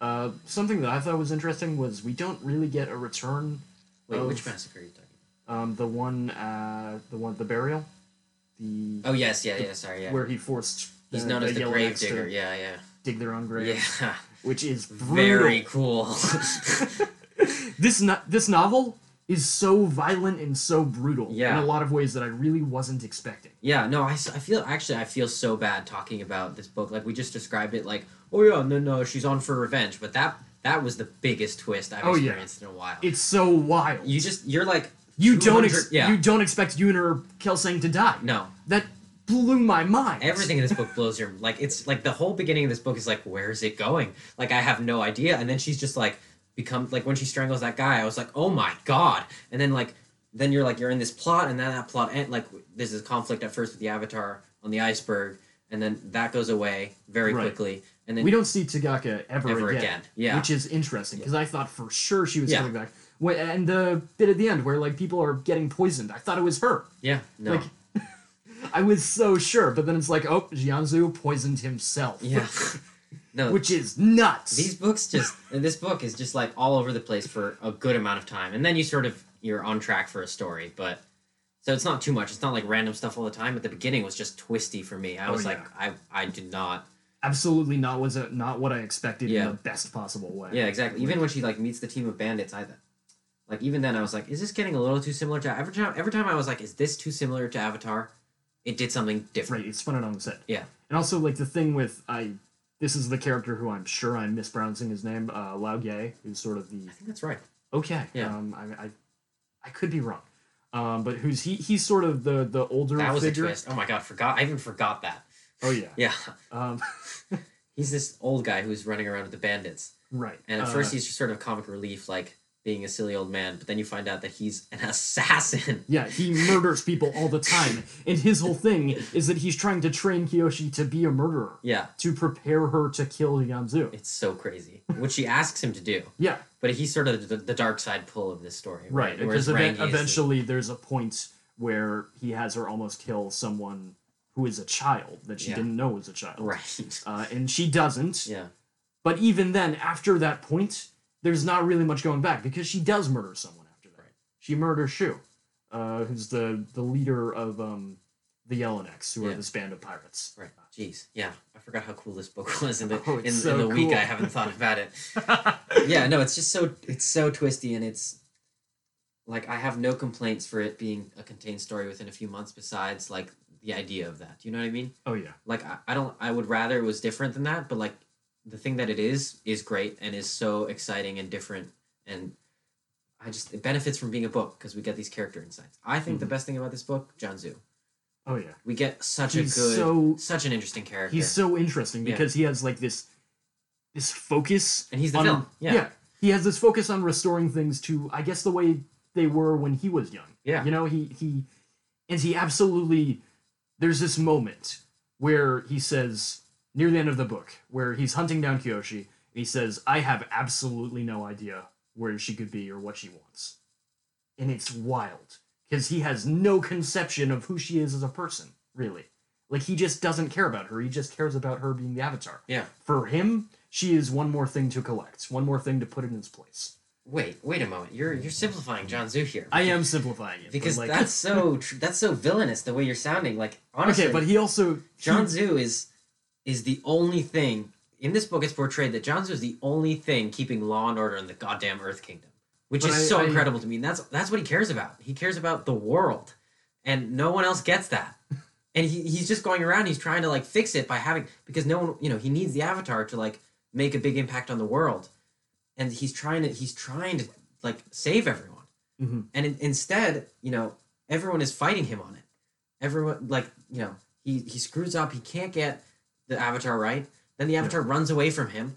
Speaker 2: Uh, something that I thought was interesting was we don't really get a return
Speaker 3: Wait,
Speaker 2: of
Speaker 3: which massacre are you talking
Speaker 2: um, the one uh, the one the burial, the
Speaker 3: about? Oh yes, yeah, yeah. Sorry, yeah.
Speaker 2: where he forced
Speaker 3: He's known as the
Speaker 2: Yellow
Speaker 3: grave
Speaker 2: Axe to
Speaker 3: digger. Yeah, yeah,
Speaker 2: dig their own grave,
Speaker 3: yeah.
Speaker 2: which is brutal.
Speaker 3: Very cool.
Speaker 2: this no- this novel is so violent and so brutal
Speaker 3: Yeah.
Speaker 2: in a lot of ways that I really wasn't expecting.
Speaker 3: Yeah, no, I, s- I feel actually I feel so bad talking about this book. Like we just described it, like oh yeah, no, no, she's on for revenge, but that that was the biggest twist I've
Speaker 2: Oh, yeah.
Speaker 3: experienced in a while.
Speaker 2: It's so wild.
Speaker 3: you just you're like
Speaker 2: You don't
Speaker 3: 200
Speaker 2: ex-
Speaker 3: yeah
Speaker 2: you don't expect Yuna or Kelsang to die.
Speaker 3: no
Speaker 2: That blew my mind.
Speaker 3: everything in this book blows your like it's like the whole beginning of this book is like where is it going? Like I have no idea, and then she's just like become like when she strangles that guy, I was like oh my god, and then like then you're like you're in this plot, and then that plot end like there's this conflict at first with the avatar on the iceberg, and then that goes away very
Speaker 2: Right.
Speaker 3: quickly, and then
Speaker 2: We don't see Tagaka ever,
Speaker 3: Ever
Speaker 2: again,
Speaker 3: again, yeah.
Speaker 2: which is interesting because I thought for sure she was
Speaker 3: Yeah.
Speaker 2: coming back. When, and the bit at the end where like people are getting poisoned, I thought it was her.
Speaker 3: Yeah, no.
Speaker 2: Like, I was so sure, but then it's like, oh, Jianzu poisoned himself.
Speaker 3: yeah. no.
Speaker 2: which is nuts.
Speaker 3: these books just and this book is just like all over the place for a good amount of time. And then you sort of you're on track for a story, but so it's not too much. It's not like random stuff all the time, but the beginning was just twisty for me. I
Speaker 2: Oh,
Speaker 3: was
Speaker 2: yeah.
Speaker 3: like I I did not
Speaker 2: absolutely not was a, not what I expected
Speaker 3: Yeah.
Speaker 2: in the best possible way.
Speaker 3: Yeah, exactly. Even when she like meets the team of bandits, I like even then I was like, is this getting a little too similar to every time every time I was like, is this too similar to Avatar? It did something different.
Speaker 2: right. It's spun it on its head.
Speaker 3: Yeah.
Speaker 2: And also like the thing with I, this is the character who I'm sure I'm mispronouncing his name, uh, Lao Ye, who's sort of the
Speaker 3: I think that's right.
Speaker 2: okay.
Speaker 3: Yeah.
Speaker 2: Um, I, I, I could be wrong, um, but who's he? He's sort of the the older
Speaker 3: That was a
Speaker 2: figure.
Speaker 3: twist. Oh my god, forgot I even forgot that.
Speaker 2: Oh yeah.
Speaker 3: Yeah.
Speaker 2: Um,
Speaker 3: He's this old guy who's running around with the bandits.
Speaker 2: right.
Speaker 3: And at
Speaker 2: Uh,
Speaker 3: first, he's just sort of comic relief, like being a silly old man. But then you find out that he's an assassin.
Speaker 2: Yeah, he murders people all the time, and his whole thing is that he's trying to train Kiyoshi to be a murderer,
Speaker 3: yeah,
Speaker 2: to prepare her to kill Yanzu.
Speaker 3: it's so crazy. Which she asks him to do.
Speaker 2: Yeah,
Speaker 3: But he's sort of the, the dark side pull of this story.
Speaker 2: Right,
Speaker 3: Whereas
Speaker 2: because event-
Speaker 3: Rangi is the-
Speaker 2: eventually there's a point where he has her almost kill someone who is a child that she
Speaker 3: Yeah.
Speaker 2: didn't know was a child.
Speaker 3: Right.
Speaker 2: Uh, and she doesn't.
Speaker 3: yeah.
Speaker 2: But even then, after that point, there's not really much going back because she does murder someone after that.
Speaker 3: Right.
Speaker 2: She murders Shu, uh, who's the, the leader of um, the Yellowknives, who
Speaker 3: Yeah.
Speaker 2: are this band of pirates.
Speaker 3: Right. Jeez. Yeah. I forgot how cool this book was in the
Speaker 2: Oh,
Speaker 3: in,
Speaker 2: it's
Speaker 3: in
Speaker 2: so
Speaker 3: the week.
Speaker 2: cool.
Speaker 3: I haven't thought about it. yeah. No. It's just so it's so twisty and it's like I have no complaints for it being a contained story within a few months. Besides, like the idea of that. Do you know what I mean?
Speaker 2: Oh, yeah.
Speaker 3: like I, I don't i would rather it was different than that but like the thing that it is is great and is so exciting and different and i just it benefits from being a book because we get these character insights i think
Speaker 2: Mm-hmm.
Speaker 3: the best thing about this book john zoo
Speaker 2: Oh, yeah.
Speaker 3: we get such
Speaker 2: He's
Speaker 3: a good
Speaker 2: so-
Speaker 3: such an interesting character
Speaker 2: He's so interesting
Speaker 3: Yeah.
Speaker 2: because he has like this this focus
Speaker 3: and he's the
Speaker 2: on-
Speaker 3: villain yeah yeah,
Speaker 2: he has this focus on restoring things to I guess the way they were when he was young.
Speaker 3: Yeah.
Speaker 2: You know, he he and he absolutely there's this moment where he says near the end of the book where he's hunting down Kyoshi and he says I have absolutely no idea where she could be or what she wants. And it's wild because he has no conception of who she is as a person, really. Like he just doesn't care about her. He just cares about her being the avatar for him, She is one more thing to collect, one more thing to put in its place.
Speaker 3: Wait, wait a moment. You're you're simplifying John Zoo here.
Speaker 2: I am simplifying it but,
Speaker 3: because
Speaker 2: like,
Speaker 3: that's so tr- that's so villainous the way you're sounding. Like honestly,
Speaker 2: okay. But he also
Speaker 3: John Zoo is is the only thing in this book. It's portrayed that John Zoo is the only thing keeping law and order in the goddamn Earth Kingdom, which
Speaker 2: But
Speaker 3: is
Speaker 2: I-
Speaker 3: so
Speaker 2: I-
Speaker 3: incredible to me. And that's that's what he cares about. He cares about the world, and no one else gets that. And he, he's just going around. He's trying to like fix it by having because no one you know he needs the Avatar to like make a big impact on the world, and he's trying to he's trying to like save everyone.
Speaker 2: Mhm.
Speaker 3: And in, instead, you know, everyone is fighting him on it. Everyone like you know he he screws up. He can't get the Avatar right. Then the Avatar runs away from him.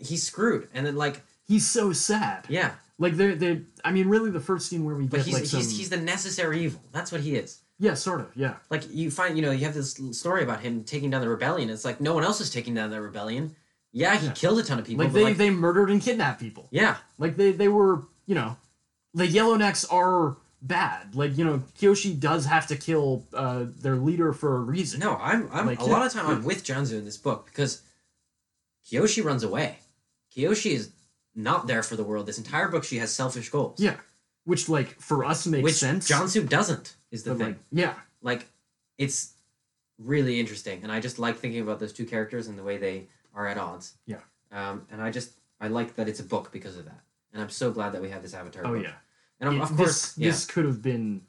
Speaker 3: He's screwed. And then like
Speaker 2: he's so sad.
Speaker 3: yeah,
Speaker 2: Like they they I mean really the first scene where we
Speaker 3: but
Speaker 2: get
Speaker 3: he's
Speaker 2: like some
Speaker 3: he's, he's the necessary evil. That's what he is.
Speaker 2: yeah sort of yeah
Speaker 3: like you find you know you have this l- story about him taking down the rebellion it's like no one else is taking down the rebellion yeah he
Speaker 2: Yeah.
Speaker 3: killed a ton of people
Speaker 2: like
Speaker 3: but
Speaker 2: they
Speaker 3: like,
Speaker 2: they murdered and kidnapped people.
Speaker 3: yeah
Speaker 2: Like they they were, you know, the Yellownecks are bad. Like, you know, Kyoshi does have to kill uh, their leader for a reason.
Speaker 3: no i'm, I'm
Speaker 2: Like,
Speaker 3: a lot of time i'm with Jonzu in this book because kiyoshi runs away kiyoshi is not there for the world this entire book she has selfish goals
Speaker 2: Yeah. Which like for us makes
Speaker 3: which
Speaker 2: sense.
Speaker 3: Jonsu doesn't is the
Speaker 2: but,
Speaker 3: thing
Speaker 2: like, yeah.
Speaker 3: like it's really interesting and i just like thinking about those two characters and the way they are at odds
Speaker 2: Yeah.
Speaker 3: um, and i just i like that it's a book because of that and i'm so glad that we have this avatar
Speaker 2: Oh
Speaker 3: book.
Speaker 2: yeah.
Speaker 3: and um,
Speaker 2: It-
Speaker 3: of course
Speaker 2: this,
Speaker 3: yeah,
Speaker 2: this could have been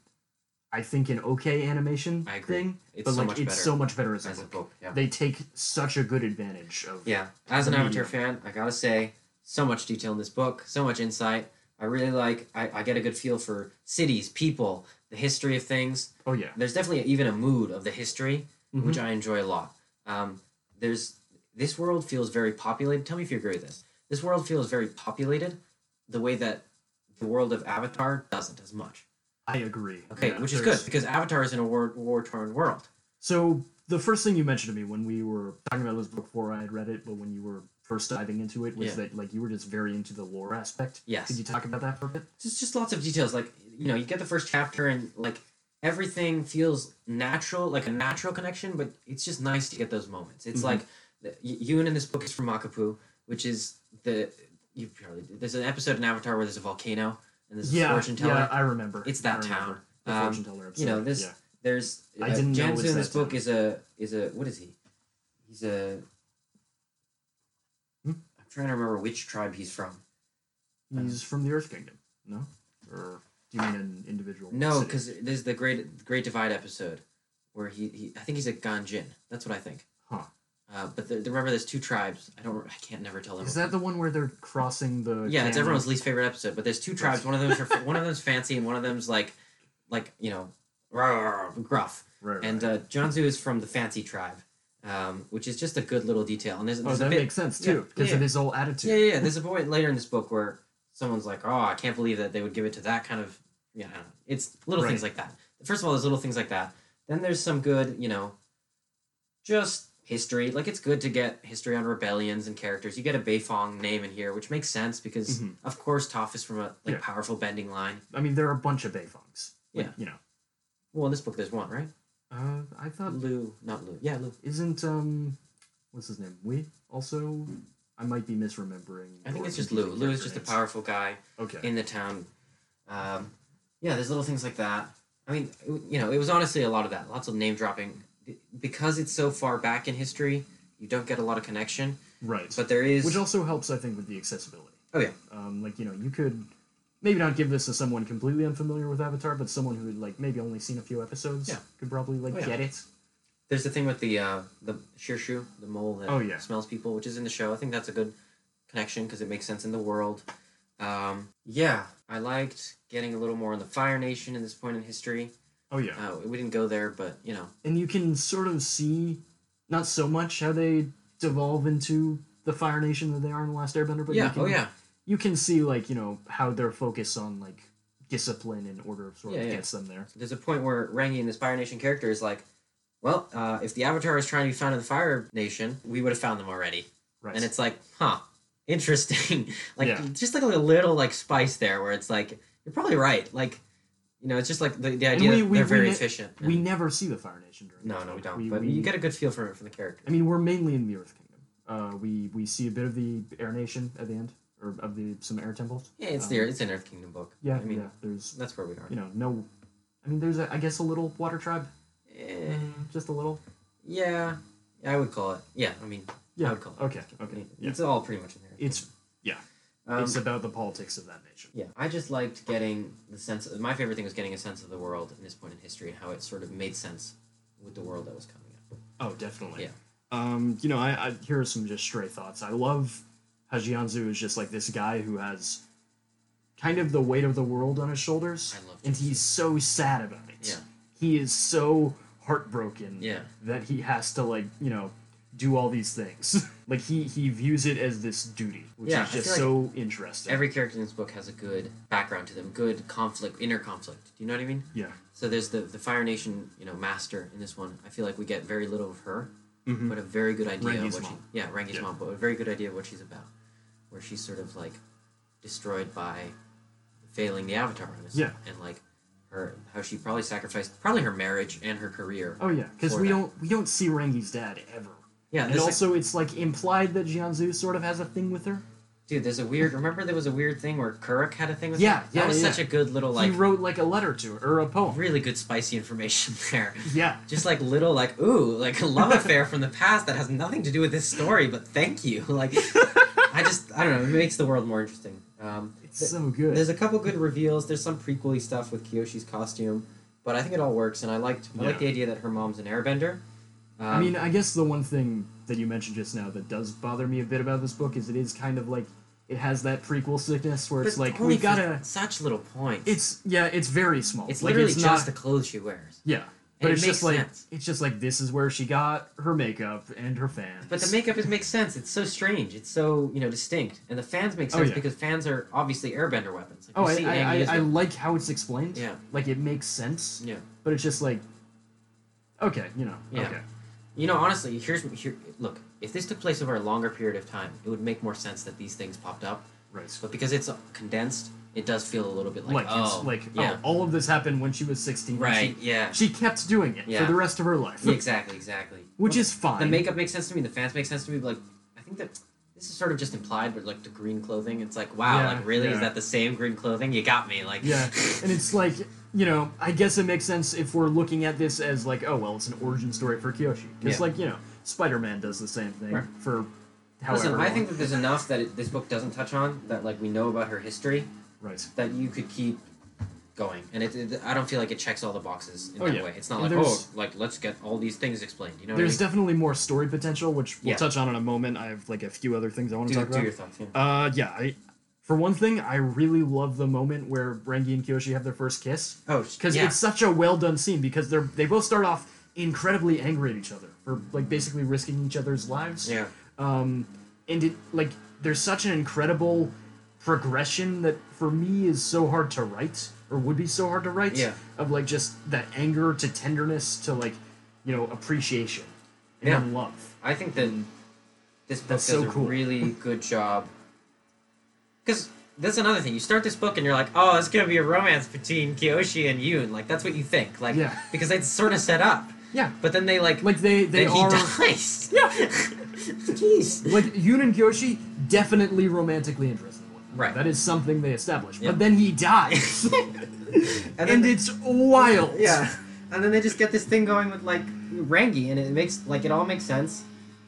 Speaker 2: I think an okay animation
Speaker 3: I agree.
Speaker 2: thing.
Speaker 3: It's
Speaker 2: but
Speaker 3: so
Speaker 2: like
Speaker 3: much
Speaker 2: it's
Speaker 3: better
Speaker 2: so much better as,
Speaker 3: as
Speaker 2: a
Speaker 3: a
Speaker 2: book.
Speaker 3: book yeah
Speaker 2: They take such a good advantage of
Speaker 3: yeah as an
Speaker 2: the
Speaker 3: avatar
Speaker 2: medium.
Speaker 3: fan i gotta say so much detail in this book so much insight i really like i, I get a good feel for cities people the history of things
Speaker 2: Oh yeah.
Speaker 3: there's definitely even a mood of the history
Speaker 2: Mhm.
Speaker 3: which i enjoy a lot um, there's this world feels very populated tell me if you agree with this this world feels very populated the way that the world of avatar doesn't as much
Speaker 2: I agree.
Speaker 3: okay
Speaker 2: Yeah,
Speaker 3: which is good
Speaker 2: there's-
Speaker 3: because avatar is in a war war-torn world
Speaker 2: So the first thing you mentioned to me when we were talking about this book before I had read it, but when you were first diving into it, was
Speaker 3: Yeah.
Speaker 2: that like you were just very into the lore aspect.
Speaker 3: Yes.
Speaker 2: Could you talk about that for a bit?
Speaker 3: just just lots of details. Like you know, you get the first chapter and like everything feels natural, like a natural connection. But it's just nice to get those moments. It's
Speaker 2: Mhm.
Speaker 3: like the- Y- Ewan in this book is from Makapu, which is the you probably there's an episode in Avatar where there's a volcano and there's a
Speaker 2: yeah.
Speaker 3: fortune teller.
Speaker 2: Yeah, I remember.
Speaker 3: It's
Speaker 2: I
Speaker 3: that
Speaker 2: remember
Speaker 3: town.
Speaker 2: The
Speaker 3: Um,
Speaker 2: fortune teller episode.
Speaker 3: you know this.
Speaker 2: Yeah.
Speaker 3: There's
Speaker 2: I didn't know it
Speaker 3: Jansu
Speaker 2: was
Speaker 3: in
Speaker 2: that
Speaker 3: this book
Speaker 2: town.
Speaker 3: is a is a what is he? He's a.
Speaker 2: Hmm?
Speaker 3: I'm trying to remember which tribe he's from. Mm.
Speaker 2: He's from the Earth Kingdom. No. Or do you mean an individual?
Speaker 3: No,
Speaker 2: city?
Speaker 3: because there's the Great Great Divide episode where he, he I think he's a Ganjin. That's what I think.
Speaker 2: Huh.
Speaker 3: Uh, but the, the- remember, there's two tribes. I don't. I can't never tell them.
Speaker 2: is that the one where they're crossing the?
Speaker 3: yeah, it's
Speaker 2: canyon?
Speaker 3: everyone's least favorite episode. But there's two tribes. One of them's are, one of them's fancy, and one of them's like, like you know, rawr, rawr, gruff.
Speaker 2: Right, right.
Speaker 3: And uh, Jonzu is from the fancy tribe, um, which is just a good little detail. And there's,
Speaker 2: oh,
Speaker 3: there's
Speaker 2: that
Speaker 3: a bit,
Speaker 2: makes sense
Speaker 3: yeah,
Speaker 2: too, because
Speaker 3: yeah.
Speaker 2: of his whole attitude.
Speaker 3: yeah, yeah, yeah. There's a point later in this book where someone's like, "Oh, I can't believe that they would give it to that kind of." Yeah, I don't know. it's little things like that. First of all, there's little things like that. Then there's some good, you know, just history. Like it's good to get history on rebellions and characters. You get a Beifong name in here, which makes sense because,
Speaker 2: Mhm.
Speaker 3: of course, Toph is from a like
Speaker 2: Yeah.
Speaker 3: powerful bending line.
Speaker 2: I mean, there are a bunch of Beifongs. Like,
Speaker 3: Yeah.
Speaker 2: You know.
Speaker 3: Well, in this book, there's one, right?
Speaker 2: Uh, I thought
Speaker 3: Lou, not Lou. Yeah, Lou.
Speaker 2: Isn't um, what's his name? We also, I might be misremembering.
Speaker 3: I think
Speaker 2: or
Speaker 3: it's just Lou.
Speaker 2: confusing
Speaker 3: Lou is just a
Speaker 2: character
Speaker 3: powerful guy.
Speaker 2: names. Okay.
Speaker 3: in the town. Um, yeah, there's little things like that. I mean, it- you know, it was honestly a lot of that, lots of name dropping, Be- because it's so far back in history. You don't get a lot of connection,
Speaker 2: right.
Speaker 3: but there is.
Speaker 2: Which also helps, I think, with the accessibility.
Speaker 3: oh yeah,
Speaker 2: Um, like you know, you could maybe not give this to someone completely unfamiliar with Avatar, but someone who had like maybe only seen a few episodes
Speaker 3: Yeah.
Speaker 2: could probably like
Speaker 3: Oh, yeah.
Speaker 2: get it.
Speaker 3: there's the thing with the uh, the shirshu, the mole that
Speaker 2: Oh, yeah.
Speaker 3: smells people, which is in the show. I think that's a good connection because it makes sense in the world. Um, yeah, I liked getting a little more on the Fire Nation in this point in history.
Speaker 2: Oh yeah.
Speaker 3: Uh, we didn't go there, but you know,
Speaker 2: and you can sort of see, not so much how they devolve into the Fire Nation that they are in the Last Airbender, but you
Speaker 3: yeah,
Speaker 2: can,
Speaker 3: oh yeah,
Speaker 2: you can see like you know how their focus on like discipline and order sort
Speaker 3: Yeah,
Speaker 2: of
Speaker 3: yeah.
Speaker 2: gets them there.
Speaker 3: there's a point where Rangi and this Fire Nation character is like, well, uh, if the Avatar is trying to be found in the Fire Nation, we would have found them already.
Speaker 2: Right.
Speaker 3: And it's like, huh, interesting. like,
Speaker 2: Yeah.
Speaker 3: just like a little like spice there where it's like, you're probably right. Like, you know, it's just like the, the
Speaker 2: And
Speaker 3: idea
Speaker 2: we-
Speaker 3: that
Speaker 2: we-
Speaker 3: they're
Speaker 2: we
Speaker 3: very
Speaker 2: ne-
Speaker 3: efficient.
Speaker 2: We
Speaker 3: and-
Speaker 2: never see the Fire Nation during.
Speaker 3: no,
Speaker 2: this
Speaker 3: no, we
Speaker 2: book.
Speaker 3: don't. but you get a good feel for it from the character.
Speaker 2: I mean, we're mainly in the Earth Kingdom. uh, we we see a bit of the Air Nation at the end, or of the some Air Temples.
Speaker 3: Yeah, it's
Speaker 2: Um,
Speaker 3: there. It's an Earth Kingdom book.
Speaker 2: Yeah,
Speaker 3: I mean,
Speaker 2: yeah. There's
Speaker 3: that's where we are.
Speaker 2: you know no, I mean there's a, I guess a little water tribe,
Speaker 3: Eh,
Speaker 2: just a little.
Speaker 3: yeah, I would call it. Yeah, I mean, I
Speaker 2: Yeah.
Speaker 3: would call it.
Speaker 2: Okay.
Speaker 3: Earth Kingdom.
Speaker 2: Okay.
Speaker 3: It-
Speaker 2: Yeah.
Speaker 3: It's all pretty much in there.
Speaker 2: It's yeah.
Speaker 3: Um,
Speaker 2: it's about the politics of that nation.
Speaker 3: Yeah, I just liked getting the sense. Of, my favorite thing was getting a sense of the world in this point in history and how it sort of made sense with the world that was coming up.
Speaker 2: Oh, definitely.
Speaker 3: Yeah.
Speaker 2: Um, you know, I, I here are some just stray thoughts. I love how Jianzu is just like this guy who has kind of the weight of the world on his shoulders,
Speaker 3: I love
Speaker 2: and
Speaker 3: Jianzu.
Speaker 2: he's so sad about it.
Speaker 3: Yeah.
Speaker 2: He is so heartbroken.
Speaker 3: Yeah.
Speaker 2: That he has to like you know do all these things. like he he views it as this duty, which
Speaker 3: Yeah, I
Speaker 2: is just
Speaker 3: feel
Speaker 2: so interesting.
Speaker 3: Every character in this book has a good background to them, good conflict, inner conflict. Do you know what I mean?
Speaker 2: yeah.
Speaker 3: So there's the the Fire Nation, you know, master in this one. I feel like we get very little of her,
Speaker 2: Mhm.
Speaker 3: but a very good idea
Speaker 2: Rangi's
Speaker 3: of what she.
Speaker 2: mom.
Speaker 3: Yeah, Rangi's
Speaker 2: Yeah.
Speaker 3: mom, but a very good idea of what she's about, where she's sort of like destroyed by failing the Avatar. in a sense,
Speaker 2: Yeah.
Speaker 3: and like her how she probably sacrificed probably her marriage and her career.
Speaker 2: Oh yeah, because
Speaker 3: For
Speaker 2: we
Speaker 3: that.
Speaker 2: don't we don't see Rangi's dad ever.
Speaker 3: yeah,
Speaker 2: And
Speaker 3: there's, like-
Speaker 2: also, it's like implied that Jianzu sort of has a thing with her.
Speaker 3: Dude, there's a weird. Remember, there was a weird thing where Kurok had a thing with.
Speaker 2: Yeah,
Speaker 3: her?
Speaker 2: yeah,
Speaker 3: That was
Speaker 2: yeah.
Speaker 3: such a good little like
Speaker 2: he wrote like a letter to her or a poem.
Speaker 3: really good spicy information there.
Speaker 2: Yeah,
Speaker 3: Just like little like ooh like a love affair from the past that has nothing to do with this story, but thank you. Like, I just I don't know. It makes the world more interesting. Um,
Speaker 2: it's
Speaker 3: th-
Speaker 2: so good.
Speaker 3: there's a couple good reveals. There's some prequely stuff with Kiyoshi's costume, but I think it all works, and I liked I
Speaker 2: Yeah.
Speaker 3: like the idea that her mom's an Airbender. Um,
Speaker 2: I mean, I guess the one thing that you mentioned just now that does bother me a bit about this book is it is kind of like it has that prequel sickness where
Speaker 3: but
Speaker 2: it's like
Speaker 3: only
Speaker 2: we
Speaker 3: for
Speaker 2: gotta.
Speaker 3: such little points.
Speaker 2: It's yeah, it's very small.
Speaker 3: it's
Speaker 2: like
Speaker 3: literally
Speaker 2: it's
Speaker 3: just
Speaker 2: not.
Speaker 3: the clothes she wears.
Speaker 2: yeah, but
Speaker 3: it
Speaker 2: it's just
Speaker 3: makes
Speaker 2: like
Speaker 3: sense.
Speaker 2: it's just like this is where she got her makeup and her fans.
Speaker 3: But the makeup is makes sense. It's so strange. It's so you know distinct, and the fans make
Speaker 2: Oh,
Speaker 3: sense
Speaker 2: yeah.
Speaker 3: because fans are obviously airbender weapons. Like,
Speaker 2: oh,
Speaker 3: you
Speaker 2: I
Speaker 3: see
Speaker 2: I,
Speaker 3: Aang use
Speaker 2: I, I
Speaker 3: them.
Speaker 2: like how it's explained.
Speaker 3: Yeah.
Speaker 2: like it makes sense.
Speaker 3: yeah.
Speaker 2: But it's just like, okay, you know,
Speaker 3: Yeah.
Speaker 2: okay,
Speaker 3: You know, honestly, here's here. Look, if this took place over a longer period of time, it would make more sense that these things popped up.
Speaker 2: right.
Speaker 3: But because it's condensed, it does feel a little bit
Speaker 2: Like,
Speaker 3: like, oh,
Speaker 2: it's like
Speaker 3: yeah,
Speaker 2: oh, all of this happened when she was sixteen. and she
Speaker 3: right, yeah.
Speaker 2: She kept doing it
Speaker 3: Yeah.
Speaker 2: for the rest of her life,
Speaker 3: yeah, exactly, exactly.
Speaker 2: which is fine.
Speaker 3: the makeup makes sense to me. The fans make sense to me. But like, I think that this is sort of just implied, but like the green clothing, it's like, wow,
Speaker 2: Yeah,
Speaker 3: like really,
Speaker 2: yeah.
Speaker 3: is that the same green clothing? You got me, like,
Speaker 2: yeah, and it's like you know, I guess it makes sense if we're looking at this as like, oh well, it's an origin story for Kyoshi. It's
Speaker 3: Yeah.
Speaker 2: like you know, Spider Man does the same thing
Speaker 3: Right.
Speaker 2: for however.
Speaker 3: Listen, I
Speaker 2: long.
Speaker 3: think that there's enough that it, this book doesn't touch on that, like we know about her history,
Speaker 2: right.
Speaker 3: that you could keep going. And it, it- I don't feel like it checks all the boxes in
Speaker 2: Oh,
Speaker 3: that
Speaker 2: yeah.
Speaker 3: way. It's not
Speaker 2: And
Speaker 3: like oh,
Speaker 2: there's-
Speaker 3: like let's get all these things explained. You know,
Speaker 2: There's
Speaker 3: what
Speaker 2: definitely more story potential, which we'll
Speaker 3: Yeah.
Speaker 2: touch on in a moment. I have like a few other things I want
Speaker 3: I mean?
Speaker 2: to talk
Speaker 3: do, do your
Speaker 2: about.
Speaker 3: thoughts. Yeah.
Speaker 2: Uh, yeah. I, for one thing, I really love the moment where Rengi and Kyoshi have their first kiss.
Speaker 3: Oh,
Speaker 2: because
Speaker 3: yeah.
Speaker 2: it's such a well done scene because they're they both start off incredibly angry at each other for like basically risking each other's lives
Speaker 3: yeah,
Speaker 2: um and it like there's such an incredible progression that for me is so hard to write or would be so hard to write
Speaker 3: Yeah.
Speaker 2: of like just that anger to tenderness to like you know appreciation and
Speaker 3: Yeah.
Speaker 2: then love
Speaker 3: I think that this book
Speaker 2: That's
Speaker 3: does
Speaker 2: so
Speaker 3: a
Speaker 2: cool.
Speaker 3: really good job. Because that's another thing. You start this book and you're like, oh, it's gonna be a romance between Kiyoshi and Yoon. Like that's what you think. Like
Speaker 2: Yeah.
Speaker 3: because it's sort of set up.
Speaker 2: yeah
Speaker 3: But then they like
Speaker 2: like they they
Speaker 3: then
Speaker 2: are
Speaker 3: he dies. Yeah. Jeez.
Speaker 2: like Yun and Kyoshi definitely romantically interested in one another.
Speaker 3: Right.
Speaker 2: that is something they establish
Speaker 3: Yeah.
Speaker 2: but then he dies
Speaker 3: And,
Speaker 2: and
Speaker 3: then
Speaker 2: it's wild.
Speaker 3: they, yeah, and then they just get this thing going with like Rangi, and it makes like it all makes sense.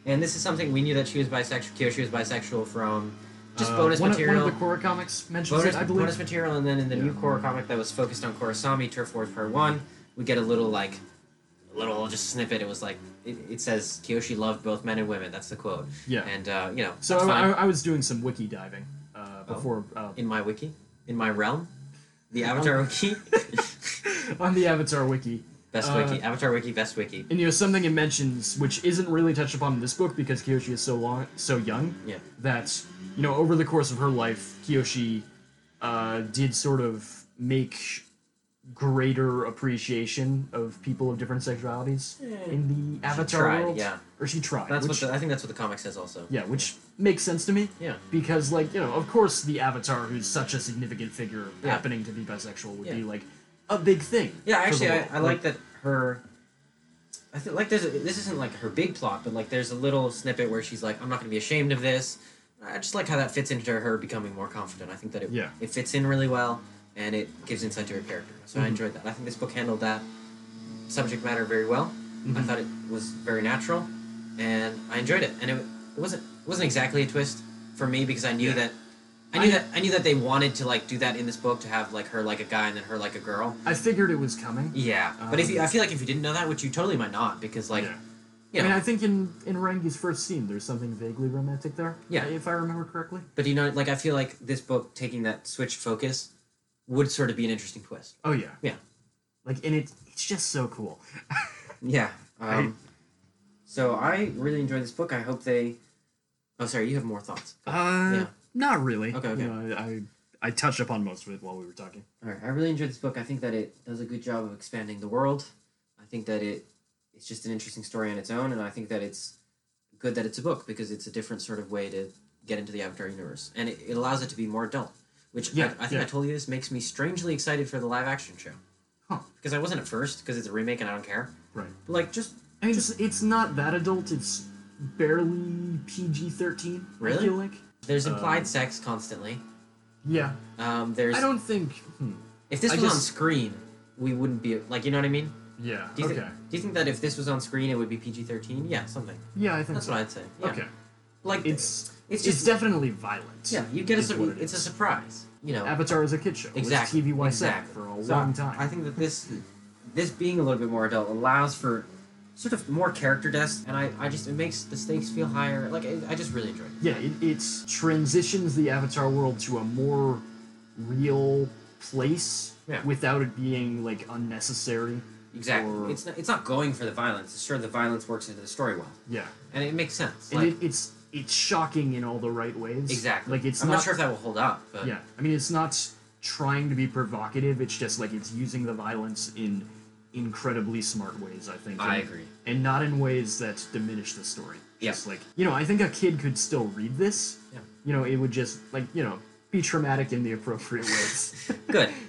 Speaker 3: And this is something we knew that she was bisexual. Kyoshi was bisexual from just
Speaker 2: Uh,
Speaker 3: bonus
Speaker 2: one Of,
Speaker 3: material.
Speaker 2: one of the Korra comics mentions
Speaker 3: bonus,
Speaker 2: it, I believe.
Speaker 3: bonus material, and then in the new Korra comic that was focused on Korosami, Turf Wars Part One, we get a little like, a little just snippet. It was like it, it says Kyoshi loved both men and women. That's the quote.
Speaker 2: Yeah.
Speaker 3: And uh, you know,
Speaker 2: so
Speaker 3: that's fine.
Speaker 2: I,
Speaker 3: Oh.
Speaker 2: I, I was doing some wiki diving uh, before uh,
Speaker 3: in my wiki, in my realm, the Avatar wiki,
Speaker 2: on the Avatar wiki,
Speaker 3: best
Speaker 2: Uh,
Speaker 3: wiki, Avatar wiki, best wiki.
Speaker 2: and you know something it mentions which isn't really touched upon in this book because Kyoshi is so long, so young
Speaker 3: Yeah.
Speaker 2: that you know over the course of her life, Kyoshi uh, did sort of make greater appreciation of people of different sexualities in the Avatar
Speaker 3: tried,
Speaker 2: world.
Speaker 3: yeah.
Speaker 2: or she tried.
Speaker 3: That's
Speaker 2: which-
Speaker 3: what the, I think. That's what the comic says also.
Speaker 2: Yeah, which makes sense to me.
Speaker 3: Yeah.
Speaker 2: Because, like, you know, of course the Avatar, who's such a significant figure,
Speaker 3: Yeah.
Speaker 2: happening to be bisexual would
Speaker 3: Yeah.
Speaker 2: be, like, a big thing.
Speaker 3: Yeah,
Speaker 2: for the
Speaker 3: actually, I,
Speaker 2: world.
Speaker 3: I like that her. I think like there's a, this isn't like her big plot, but like there's a little snippet where she's like, I'm not gonna be ashamed of this. I just like how that fits into her becoming more confident. I think that it
Speaker 2: Yeah.
Speaker 3: it fits in really well and it gives insight to her character. So I
Speaker 2: Mhm.
Speaker 3: enjoyed that. I think this book handled that subject matter very well. I
Speaker 2: Mhm.
Speaker 3: thought it was very natural, and I enjoyed it. And it, it wasn't it wasn't exactly a twist for me because I knew
Speaker 2: Yeah.
Speaker 3: that I knew that I knew that they wanted to like do that in this book to have like her like a guy and then her like a girl.
Speaker 2: I figured it was coming.
Speaker 3: Yeah, but if you,
Speaker 2: Um,
Speaker 3: I feel like if you didn't know that, which you totally might not, because like
Speaker 2: Yeah.
Speaker 3: you
Speaker 2: I
Speaker 3: know,
Speaker 2: mean, I think in in Rangi's first scene, there's something vaguely romantic there.
Speaker 3: Yeah.
Speaker 2: if I remember correctly.
Speaker 3: but you know, like I feel like this book taking that switch focus would sort of be an interesting twist.
Speaker 2: Oh yeah.
Speaker 3: Yeah.
Speaker 2: Like, and it it's just so cool.
Speaker 3: Yeah. Um,
Speaker 2: Right.
Speaker 3: So I really enjoyed this book. I hope they. Oh, sorry, you have more thoughts.
Speaker 2: Uh,
Speaker 3: Yeah.
Speaker 2: not really.
Speaker 3: Okay, okay.
Speaker 2: You know, I, I I touched upon most of it while we were talking.
Speaker 3: All right, I really enjoyed this book. I think that it does a good job of expanding the world. I think that it it's just an interesting story on its own, and I think that it's good that it's a book because it's a different sort of way to get into the Avatar universe, and it, it allows it to be more adult. Which
Speaker 2: Yeah,
Speaker 3: I, I think I
Speaker 2: yeah.
Speaker 3: told you this makes me strangely excited for the live action show.
Speaker 2: Huh.
Speaker 3: Because I wasn't at first because it's a remake and I don't care.
Speaker 2: Right.
Speaker 3: But like just
Speaker 2: I mean, it's, it's not that adult. It's barely PG thirteen. I
Speaker 3: Really?
Speaker 2: feel like.
Speaker 3: there's implied
Speaker 2: Um,
Speaker 3: sex constantly.
Speaker 2: Yeah.
Speaker 3: Um, there's
Speaker 2: I don't think. Hmm.
Speaker 3: if this
Speaker 2: I
Speaker 3: was on
Speaker 2: just-
Speaker 3: screen, we wouldn't be like you know what I mean.
Speaker 2: Yeah.
Speaker 3: Do you thi- do you think that if this was on screen, it would be PG thirteen? Yeah, something.
Speaker 2: yeah, I think
Speaker 3: That's
Speaker 2: so.
Speaker 3: what I'd say. Yeah.
Speaker 2: Okay.
Speaker 3: Like
Speaker 2: It's it's,
Speaker 3: It's just-
Speaker 2: definitely violent.
Speaker 3: yeah, you get a
Speaker 2: is
Speaker 3: sur-
Speaker 2: what it
Speaker 3: it's a
Speaker 2: is.
Speaker 3: surprise. You know,
Speaker 2: Avatar is a kid show. It was
Speaker 3: exactly.
Speaker 2: TVY7
Speaker 3: exactly.
Speaker 2: for a
Speaker 3: So
Speaker 2: long time.
Speaker 3: I think that this this being a little bit more adult allows for sort of more character deaths, and I, I just it makes the stakes feel higher. Like I, I just really enjoyed it.
Speaker 2: yeah, it it's transitions the Avatar world to a more real place
Speaker 3: Yeah.
Speaker 2: without it being like unnecessary.
Speaker 3: Exactly.
Speaker 2: Or-
Speaker 3: It's not, it's not going for the violence. Sure, the violence works into the story well,
Speaker 2: Yeah,
Speaker 3: and it makes sense.
Speaker 2: and
Speaker 3: Like,
Speaker 2: it, it's it's shocking in all the right ways.
Speaker 3: exactly.
Speaker 2: Like it's
Speaker 3: I'm
Speaker 2: not,
Speaker 3: not sure if that will hold up, but
Speaker 2: Yeah, I mean it's not trying to be provocative. It's just like it's using the violence in incredibly smart ways. I think.
Speaker 3: I
Speaker 2: and-
Speaker 3: agree.
Speaker 2: and not in ways that diminish the story.
Speaker 3: Yeah.
Speaker 2: Just like you know, I think a kid could still read this.
Speaker 3: Yeah.
Speaker 2: You know, it would just like you know be traumatic in the appropriate ways.
Speaker 3: Good. Yeah.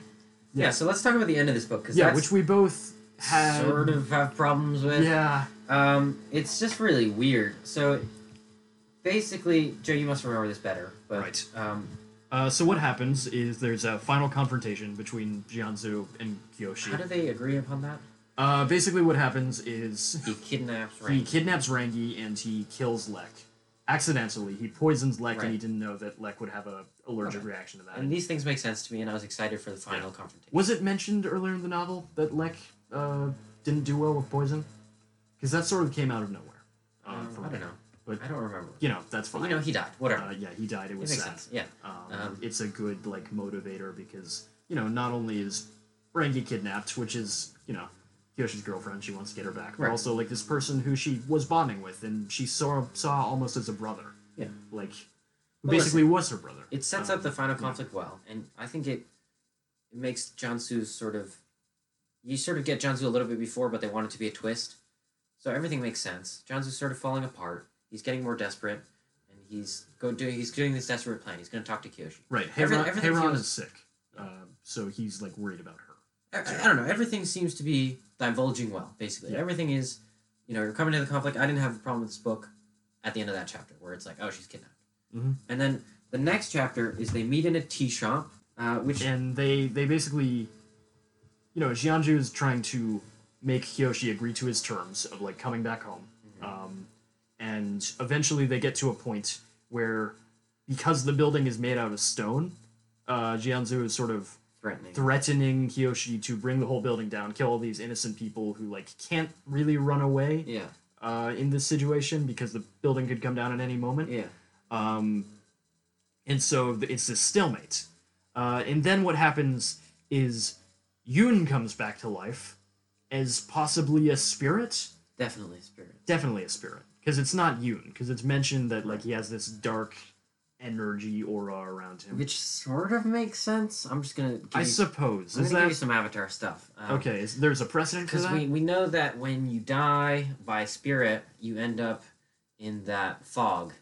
Speaker 2: Yeah.
Speaker 3: So let's talk about the end of this book because
Speaker 2: yeah, which we both had.
Speaker 3: sort of have problems with.
Speaker 2: Yeah.
Speaker 3: Um, it's just really weird. So, basically, Joe, you must remember this better. But,
Speaker 2: Right.
Speaker 3: Um,
Speaker 2: Uh, so what happens is there's a final confrontation between Jianzu and
Speaker 3: how do
Speaker 2: Kyoshi.
Speaker 3: they agree upon that?
Speaker 2: Uh, basically, what happens is
Speaker 3: He kidnaps
Speaker 2: he
Speaker 3: Randy.
Speaker 2: kidnaps Rangi and he kills Lek. Accidentally, he poisons Lek,
Speaker 3: Right.
Speaker 2: and he didn't know that Lek would have a allergic
Speaker 3: Okay.
Speaker 2: reaction to that.
Speaker 3: And these things make sense to me, and I was excited for the final confrontation.
Speaker 2: Was it mentioned earlier in the novel that Lek uh, didn't do well with poison? Because that sort of came out of nowhere.
Speaker 3: Um,
Speaker 2: for
Speaker 3: I
Speaker 2: me.
Speaker 3: don't know.
Speaker 2: But-
Speaker 3: I don't remember.
Speaker 2: You know, that's
Speaker 3: But
Speaker 2: fine.
Speaker 3: you know, he died. Whatever.
Speaker 2: uh, yeah, he died. It
Speaker 3: it
Speaker 2: was
Speaker 3: makes
Speaker 2: sad.
Speaker 3: sense. Yeah.
Speaker 2: Um,
Speaker 3: Um,
Speaker 2: it's a good like motivator because you know not only is Rangi kidnapped, which is you know Kyoshi's girlfriend, she wants to get her back, but
Speaker 3: Right.
Speaker 2: also like this person who she was bonding with and she saw saw almost as a brother.
Speaker 3: Yeah.
Speaker 2: like who
Speaker 3: Well, listen,
Speaker 2: basically was her brother.
Speaker 3: It sets
Speaker 2: Um,
Speaker 3: up the final conflict well, and I think it, it makes Jansu's sort of. You sort of get Jansu a little bit before, but they want it to be a twist. So everything makes sense. Jansu's sort of falling apart. He's getting more desperate, and he's go do, He's doing this desperate plan. He's going to talk to Kyoshi.
Speaker 2: right.
Speaker 3: every-
Speaker 2: Heyron,
Speaker 3: everything
Speaker 2: Heyron
Speaker 3: feels-
Speaker 2: is sick, uh, so he's like worried about her.
Speaker 3: I, I don't know. Everything seems to be divulging well, basically.
Speaker 2: Yeah.
Speaker 3: Everything is, you know, you're coming to the conflict. I didn't have a problem with this book at the end of that chapter where it's like, oh, she's kidnapped.
Speaker 2: Mhm.
Speaker 3: And then the next chapter is they meet in a tea shop, uh, which
Speaker 2: and they they basically you know Jianju is trying to make Kyoshi agree to his terms of like coming back home um, and eventually they get to a point where because the building is made out of stone uh, Jianzu is sort of
Speaker 3: threatening.
Speaker 2: threatening Kyoshi to bring the whole building down kill all these innocent people who like can't really run away
Speaker 3: yeah,
Speaker 2: uh, in this situation because the building could come down at any moment
Speaker 3: yeah.
Speaker 2: um, and so th- it's this stalemate. Uh, and then what happens is Yoon comes back to life as possibly a spirit,
Speaker 3: Definitely a spirit.
Speaker 2: definitely a spirit, because it's not Yoon, because it's mentioned that like he has this dark energy aura around him.
Speaker 3: Which sort of makes sense. I'm just gonna give
Speaker 2: I
Speaker 3: you,
Speaker 2: suppose
Speaker 3: I'm
Speaker 2: is
Speaker 3: gonna give you
Speaker 2: that
Speaker 3: some Avatar stuff. Um,
Speaker 2: okay? Is there's a precedent for
Speaker 3: Because
Speaker 2: that?
Speaker 3: we, we know that when you die by spirit, you end up in that fog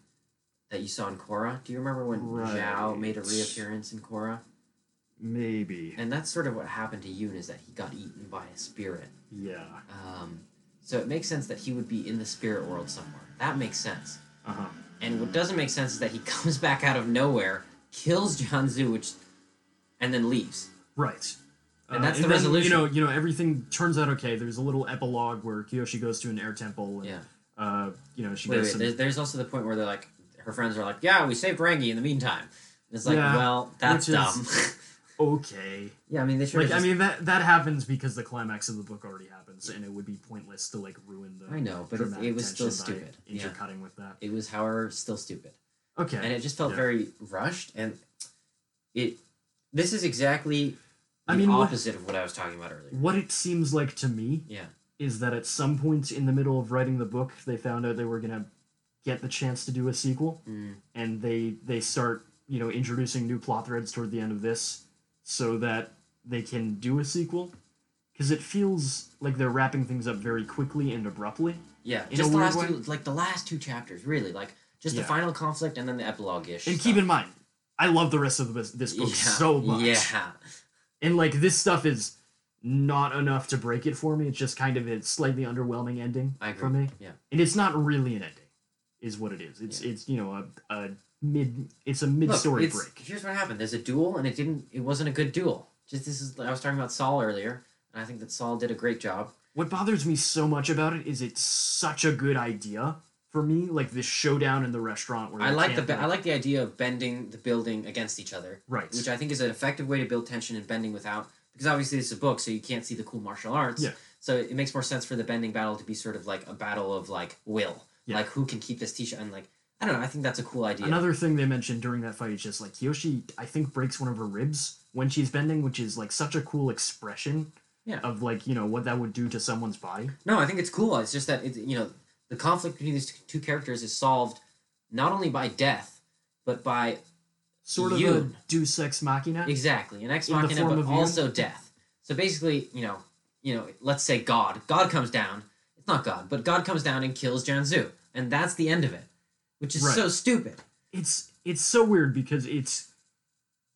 Speaker 3: that you saw in Korra. Do you remember when Zhao made a
Speaker 2: Right.
Speaker 3: reappearance in Korra?
Speaker 2: Maybe.
Speaker 3: And that's sort of what happened to Yoon is that he got eaten by a spirit.
Speaker 2: Yeah.
Speaker 3: Um, So it makes sense that he would be in the spirit world somewhere. That makes sense.
Speaker 2: Uh huh.
Speaker 3: And what doesn't make sense is that he comes back out of nowhere, kills John Zoo, which, and then leaves.
Speaker 2: Right. Uh,
Speaker 3: And that's the
Speaker 2: then,
Speaker 3: resolution.
Speaker 2: You know, you know, everything turns out okay. There's a little epilogue where Kiyoshi goes to an air temple. And,
Speaker 3: Yeah.
Speaker 2: Uh, you know, she
Speaker 3: Wait,
Speaker 2: does
Speaker 3: wait.
Speaker 2: some.
Speaker 3: There's, there's also the point where they're like, her friends are like, "Yeah, we saved Rangi in the meantime." And it's like,
Speaker 2: Yeah,
Speaker 3: well, that's
Speaker 2: which is-
Speaker 3: dumb.
Speaker 2: okay.
Speaker 3: yeah, I mean, they should.
Speaker 2: Like,
Speaker 3: have
Speaker 2: I
Speaker 3: just,
Speaker 2: mean, that that happens because the climax of the book already happens, and it would be pointless to like ruin the.
Speaker 3: I know, but it,
Speaker 2: dramatic
Speaker 3: it was still
Speaker 2: tension by
Speaker 3: stupid. Yeah,
Speaker 2: Intercutting with that.
Speaker 3: it was, however, still stupid.
Speaker 2: Okay.
Speaker 3: and it just felt
Speaker 2: Yeah.
Speaker 3: very rushed and it this is exactly the
Speaker 2: I mean, what-
Speaker 3: opposite of what i was talking about earlier
Speaker 2: what it seems like to me
Speaker 3: yeah
Speaker 2: is that at some point in the middle of writing the book, they found out they were gonna get the chance to do a sequel,
Speaker 3: Mm.
Speaker 2: and they they start you know introducing new plot threads toward the end of this, so that they can do a sequel, because it feels like they're wrapping things up very quickly and abruptly.
Speaker 3: yeah
Speaker 2: In
Speaker 3: just
Speaker 2: a
Speaker 3: the
Speaker 2: weird
Speaker 3: last
Speaker 2: way-
Speaker 3: two like the last two chapters really like just
Speaker 2: Yeah.
Speaker 3: the final conflict and then the epilogue ish
Speaker 2: And keep in mind, I love the rest of this, this book so much,
Speaker 3: yeah
Speaker 2: and like this stuff is not enough to break it for me. It's just kind of a slightly underwhelming ending
Speaker 3: i agree
Speaker 2: for me.
Speaker 3: yeah
Speaker 2: and it's not really an ending, is what it is. It's
Speaker 3: Yeah.
Speaker 2: it's you know a, a mid it's a mid story
Speaker 3: Look, it's-
Speaker 2: break.
Speaker 3: here's what happened there's a duel and it didn't it wasn't a good duel just this is i was talking about saul earlier and i think that saul did a great job
Speaker 2: What bothers me so much about it is it's such a good idea for me, like this showdown in the restaurant where
Speaker 3: i
Speaker 2: they
Speaker 3: like the
Speaker 2: can't,
Speaker 3: be- i like the idea of bending the building against each other
Speaker 2: right
Speaker 3: which I think is an effective way to build tension and bending without because obviously it's a book, so you can't see the cool martial arts.
Speaker 2: Yeah.
Speaker 3: So it makes more sense for the bending battle to be sort of like a battle of like will,
Speaker 2: Yeah.
Speaker 3: like who can keep this t-shirt and like I don't know. I think that's a cool idea.
Speaker 2: another thing they mentioned during that fight is just like Kiyoshi I think breaks one of her ribs when she's bending, which is like such a cool expression.
Speaker 3: Yeah.
Speaker 2: Of like you know what that would do to someone's body.
Speaker 3: No, I think it's cool. It's just that it, you know the conflict between these two characters is solved not only by death, but by
Speaker 2: Sort of a
Speaker 3: Yun.
Speaker 2: deus ex machina.
Speaker 3: exactly an ex
Speaker 2: In the
Speaker 3: machina,
Speaker 2: form
Speaker 3: but
Speaker 2: of Yun?
Speaker 3: also death. So basically, you know, you know, let's say God. God comes down. It's not God, but God comes down and kills Janzu, and that's the end of it, which is
Speaker 2: Right.
Speaker 3: so stupid.
Speaker 2: it's it's so weird because it's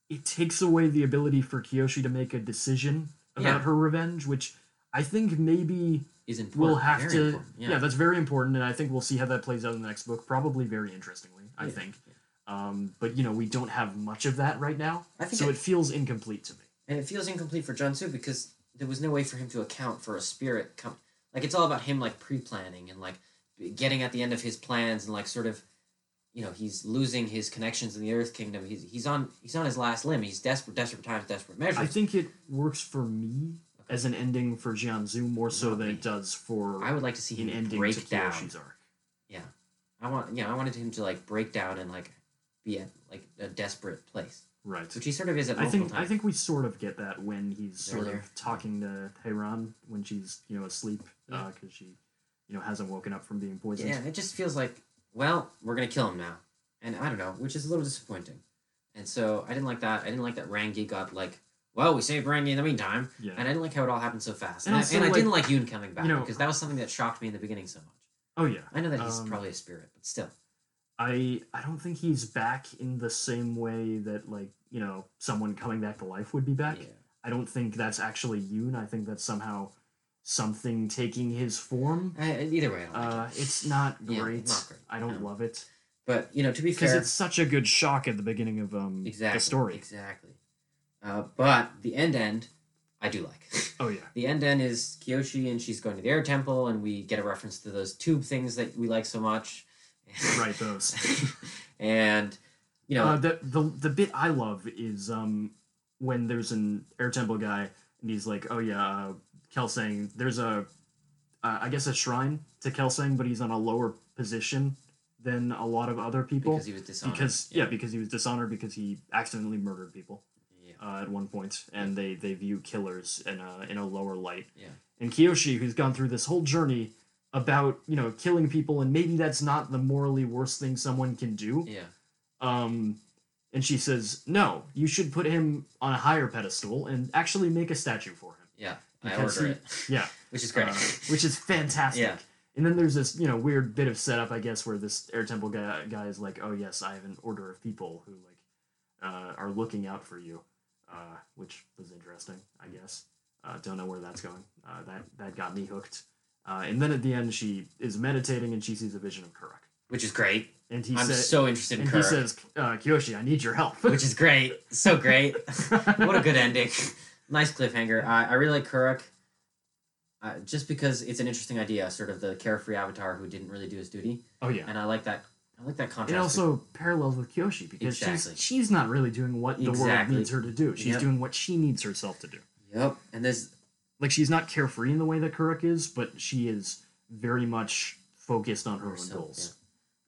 Speaker 2: it takes away the ability for Kiyoshi to make a decision about
Speaker 3: Yeah.
Speaker 2: her revenge, which I think maybe
Speaker 3: is important.
Speaker 2: we'll have
Speaker 3: very
Speaker 2: to.
Speaker 3: important,
Speaker 2: Yeah. that's very important, and I think we'll see how that plays out in the next book. Probably very interestingly, I
Speaker 3: Yeah,
Speaker 2: think. Um, but you know, we don't have much of that right now,
Speaker 3: I think
Speaker 2: so
Speaker 3: it-
Speaker 2: it, feels incomplete to me.
Speaker 3: and it feels incomplete for John Su because there was no way for him to account for a spirit coming. Like it's all about him like pre-planning and like getting at the end of his plans and like sort of, you know, he's losing his connections in the Earth Kingdom. He's he's on he's on his last limb. He's desperate, desperate times, desperate measures.
Speaker 2: I think it works for me as an ending for Jianzu more so
Speaker 3: Not
Speaker 2: than
Speaker 3: me.
Speaker 2: it does for
Speaker 3: I would like to see
Speaker 2: an
Speaker 3: him
Speaker 2: ending to
Speaker 3: break down.
Speaker 2: Kiyoshi's arc.
Speaker 3: I want you know I wanted him to like break down and like be at like a desperate place,
Speaker 2: Right.
Speaker 3: which he sort of is at
Speaker 2: I
Speaker 3: multiple
Speaker 2: think I
Speaker 3: times.
Speaker 2: think we sort of get that when he's sort
Speaker 3: Earlier.
Speaker 2: of talking to Heyran when she's you know asleep because
Speaker 3: Yeah.
Speaker 2: she you know hasn't woken up from being poisoned.
Speaker 3: Yeah, it just feels like, well, we're gonna kill him now, and I don't know, which is a little disappointing. And so I didn't like that. I didn't like that Rangi got like, well, we saved Rangi in the meantime,
Speaker 2: Yeah.
Speaker 3: and I didn't like how it all happened so fast.
Speaker 2: And
Speaker 3: And, I,
Speaker 2: also,
Speaker 3: and I
Speaker 2: like,
Speaker 3: didn't like Yoon coming back
Speaker 2: you know-
Speaker 3: because that was something that shocked me in the beginning so much.
Speaker 2: Oh yeah.
Speaker 3: I know that he's
Speaker 2: Um,
Speaker 3: probably a spirit, but still,
Speaker 2: I I don't think he's back in the same way that like you know someone coming back to life would be
Speaker 3: yeah,
Speaker 2: back. I don't think that's actually Yoon. I think that's somehow something taking his form.
Speaker 3: I, I- either way, I don't like
Speaker 2: Uh,
Speaker 3: it.
Speaker 2: it's not
Speaker 3: Yeah,
Speaker 2: great.
Speaker 3: not great,
Speaker 2: I don't
Speaker 3: no.
Speaker 2: love it
Speaker 3: But you know, to be
Speaker 2: because
Speaker 3: fair,
Speaker 2: it's such a good shock at the beginning of um
Speaker 3: exactly
Speaker 2: the story.
Speaker 3: exactly. Uh, but the end end, I do like.
Speaker 2: Oh yeah.
Speaker 3: The end end is Kyoshi and she's going to the air temple, and we get a reference to those tube things that we like so much.
Speaker 2: Right. Those.
Speaker 3: and you know,
Speaker 2: Uh, the, the the bit I love is um when there's an air temple guy and he's like, oh yeah, uh, Kelsang. There's a uh, I guess a shrine to Kelsang, but he's on a lower position than a lot of other people because,
Speaker 3: because he was dishonored.
Speaker 2: yeah. because he was dishonored because he accidentally murdered people
Speaker 3: yeah.
Speaker 2: uh, at one point, and they they view killers in a in a lower light.
Speaker 3: Yeah.
Speaker 2: And Kiyoshi, who's gone through this whole journey about you know killing people, and maybe that's not the morally worst thing someone can do
Speaker 3: yeah,
Speaker 2: um, and she says, "No, you should put him on a higher pedestal and actually make a statue for him."
Speaker 3: yeah, I
Speaker 2: Because
Speaker 3: order
Speaker 2: he-
Speaker 3: it,
Speaker 2: Yeah,
Speaker 3: which is great.
Speaker 2: uh, which is fantastic.
Speaker 3: Yeah.
Speaker 2: And then there's this, you know, weird bit of setup, I guess, where this air temple guy, guy is like, "Oh yes, I have an order of people who like uh, are looking out for you," uh, which was interesting, I guess. Uh, don't know where that's going. Uh, that that got me hooked. Uh, and then at the end, she is meditating and she sees a vision of Kurok.
Speaker 3: which is great.
Speaker 2: And he
Speaker 3: I'm
Speaker 2: says,
Speaker 3: so interested in
Speaker 2: and he
Speaker 3: Kirk,
Speaker 2: says, uh, Kyoshi, I need your help.
Speaker 3: which is great. So great. what a good ending. nice cliffhanger. I, I really like Kurok. Uh, just because it's an interesting idea, sort of the carefree avatar who didn't really do his duty,
Speaker 2: oh yeah.
Speaker 3: and I like that. I like that contrast.
Speaker 2: It also parallels with Kyoshi because
Speaker 3: Exactly.
Speaker 2: she's she's not really doing what the world
Speaker 3: Exactly.
Speaker 2: needs her to do. She's
Speaker 3: Yep.
Speaker 2: doing what she needs herself to do.
Speaker 3: yep. And there's
Speaker 2: Like she's not carefree in the way that Kurok is, but she is very much focused on her own
Speaker 3: Herself,
Speaker 2: goals.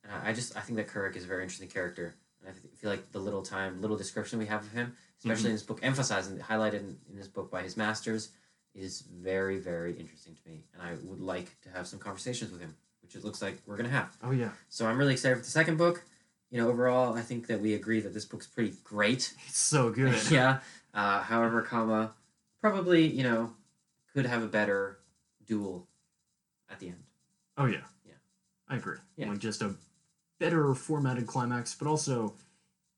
Speaker 3: And I I just I think that Kurok is a very interesting character, and I f- feel like the little time, little description we have of him, especially in this book, emphasized and highlighted in, in this book by his masters, is very very interesting to me, and I would like to have some conversations with him, which it looks like we're gonna have.
Speaker 2: Oh yeah,
Speaker 3: So I'm really excited for the second book. You know, overall, I think that we agree that this book's pretty great.
Speaker 2: it's so good.
Speaker 3: yeah. Uh, however, comma probably you know could have a better duel at the end.
Speaker 2: Oh yeah.
Speaker 3: Yeah.
Speaker 2: I agree.
Speaker 3: Yeah.
Speaker 2: Like just a better formatted climax, but also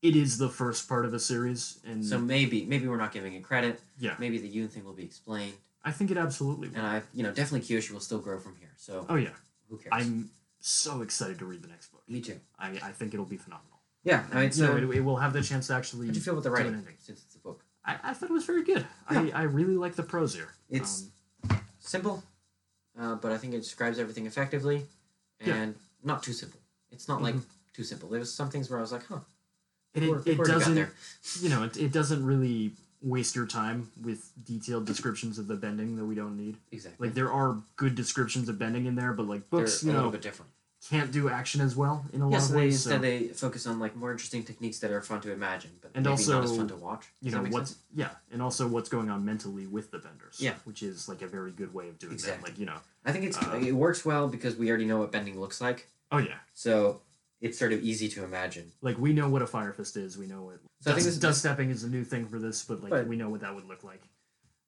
Speaker 2: it is the first part of a series, and
Speaker 3: So maybe maybe we're not giving it credit.
Speaker 2: yeah,
Speaker 3: Maybe the Yoon thing will be explained.
Speaker 2: I think it absolutely. Will.
Speaker 3: and I, you know, definitely Kyoshi will still grow from here. So
Speaker 2: Oh yeah,
Speaker 3: who cares?
Speaker 2: I'm so excited to read the next book.
Speaker 3: Me too.
Speaker 2: I, I think it'll be phenomenal.
Speaker 3: Yeah, I mean,
Speaker 2: So
Speaker 3: so
Speaker 2: it, it will have the chance to actually.
Speaker 3: how do you feel about the
Speaker 2: do an
Speaker 3: writing
Speaker 2: ending.
Speaker 3: since it's a book?
Speaker 2: I, I thought it was very good. I, I really like the prose here.
Speaker 3: It's-
Speaker 2: Um,
Speaker 3: Simple, uh, but I think it describes everything effectively, and
Speaker 2: Yeah.
Speaker 3: not too simple. It's not like too simple. There was some things where I was like, huh,
Speaker 2: and it,
Speaker 3: Corey-
Speaker 2: it
Speaker 3: Corey got
Speaker 2: doesn't
Speaker 3: there.
Speaker 2: you know it, it doesn't really waste your time with detailed descriptions of the bending that we don't need.
Speaker 3: exactly.
Speaker 2: Like there are good descriptions of bending in there, but like books,
Speaker 3: They're
Speaker 2: you
Speaker 3: a little
Speaker 2: know,
Speaker 3: bit different.
Speaker 2: can't do action as well in a lot
Speaker 3: Yes,
Speaker 2: of
Speaker 3: they
Speaker 2: ways.
Speaker 3: instead
Speaker 2: So,
Speaker 3: they focus on like more interesting techniques that are fun to imagine, but
Speaker 2: And
Speaker 3: maybe not as
Speaker 2: also,
Speaker 3: fun to watch.
Speaker 2: you
Speaker 3: Does
Speaker 2: know
Speaker 3: that make
Speaker 2: what's
Speaker 3: sense?
Speaker 2: yeah, and also what's going on mentally with the benders.
Speaker 3: Yeah.
Speaker 2: which is like a very good way of doing
Speaker 3: Exactly.
Speaker 2: that. Like you know,
Speaker 3: I think it's
Speaker 2: uh,
Speaker 3: it works well because we already know what bending looks like,
Speaker 2: oh yeah,
Speaker 3: so it's sort of easy to imagine.
Speaker 2: like we know what a fire fist is. We know what
Speaker 3: So I think
Speaker 2: dust,
Speaker 3: this-
Speaker 2: dust stepping is a new thing for this, but like
Speaker 3: But-
Speaker 2: we know what that would look like.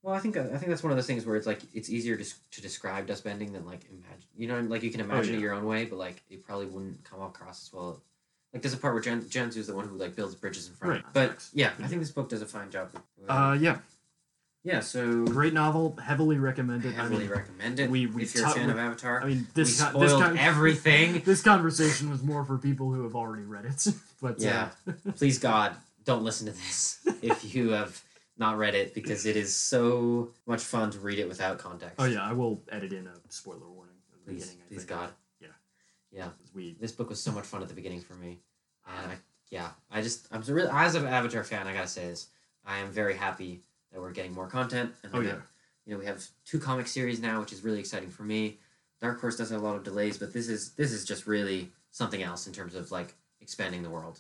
Speaker 3: Well, I think uh, I think that's one of those things where it's like it's easier to, s- to describe dust bending than like imagine. You know, like you can
Speaker 2: Oh,
Speaker 3: imagine
Speaker 2: yeah.
Speaker 3: it your own way, but like it probably wouldn't come across as well. Like there's a part where Jen Jenzu's the one who like builds bridges in front.
Speaker 2: Right.
Speaker 3: But yeah, I
Speaker 2: Yeah.
Speaker 3: think this book does a fine job. With,
Speaker 2: Uh, yeah,
Speaker 3: yeah, so
Speaker 2: great novel, heavily recommended.
Speaker 3: heavily
Speaker 2: I mean,
Speaker 3: recommend it.
Speaker 2: we- we
Speaker 3: if you're a
Speaker 2: ta-
Speaker 3: fan
Speaker 2: we-
Speaker 3: of Avatar,
Speaker 2: I mean this
Speaker 3: we
Speaker 2: con-
Speaker 3: spoiled
Speaker 2: this con-
Speaker 3: everything.
Speaker 2: This conversation was more for people who have already read it, but
Speaker 3: Yeah.
Speaker 2: uh,
Speaker 3: Please God, don't listen to this if you have not read it because it is so much fun to read it without context.
Speaker 2: oh yeah, I will edit in a spoiler warning. At the
Speaker 3: please,
Speaker 2: beginning, I
Speaker 3: please
Speaker 2: think,
Speaker 3: God.
Speaker 2: Yeah.
Speaker 3: Yeah.
Speaker 2: because we
Speaker 3: this book was so much fun at the beginning for me, and I, yeah, I just I'm so really as an Avatar fan, I gotta say this, I am very happy that we're getting more content, and
Speaker 2: oh
Speaker 3: that,
Speaker 2: yeah,
Speaker 3: you know we have two comic series now, which is really exciting for me. Dark Horse does have a lot of delays, but this is this is just really something else in terms of like expanding the world.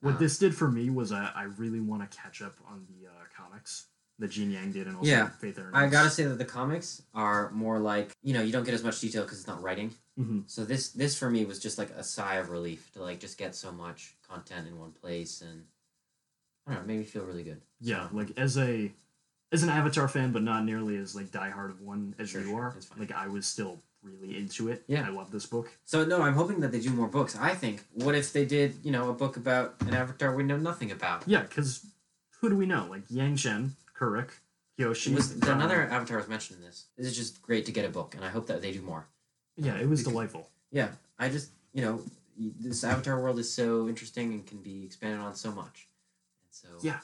Speaker 2: What
Speaker 3: Um,
Speaker 2: this did for me was I, I really want to catch up on the uh, comics that Gene Yang did and also
Speaker 3: Yeah.
Speaker 2: Faith Aaron.
Speaker 3: Um, I gotta say that the comics are more like you know you don't get as much detail because it's not writing.
Speaker 2: Mhm.
Speaker 3: So this this for me was just like a sigh of relief to like just get so much content in one place and I don't know, it made me feel really good.
Speaker 2: Yeah, like as a as an Avatar fan, but not nearly as like diehard of one as
Speaker 3: Sure,
Speaker 2: you
Speaker 3: sure,
Speaker 2: are.
Speaker 3: that's fine.
Speaker 2: Like I was still really into it.
Speaker 3: Yeah.
Speaker 2: I love this book.
Speaker 3: So no, I'm hoping that they do more books. I think what if they did, you know, a book about an avatar we know nothing about?
Speaker 2: Yeah, because who do we know? Like Yang Shen, Kurok,
Speaker 3: It
Speaker 2: Kyoshi.
Speaker 3: was
Speaker 2: uh,
Speaker 3: another avatar was mentioned in this. This is just great to get a book, and I hope that they do more.
Speaker 2: Yeah, it was delightful.
Speaker 3: Yeah, I just you know this avatar world is so interesting and can be expanded on so much. And so
Speaker 2: Yeah.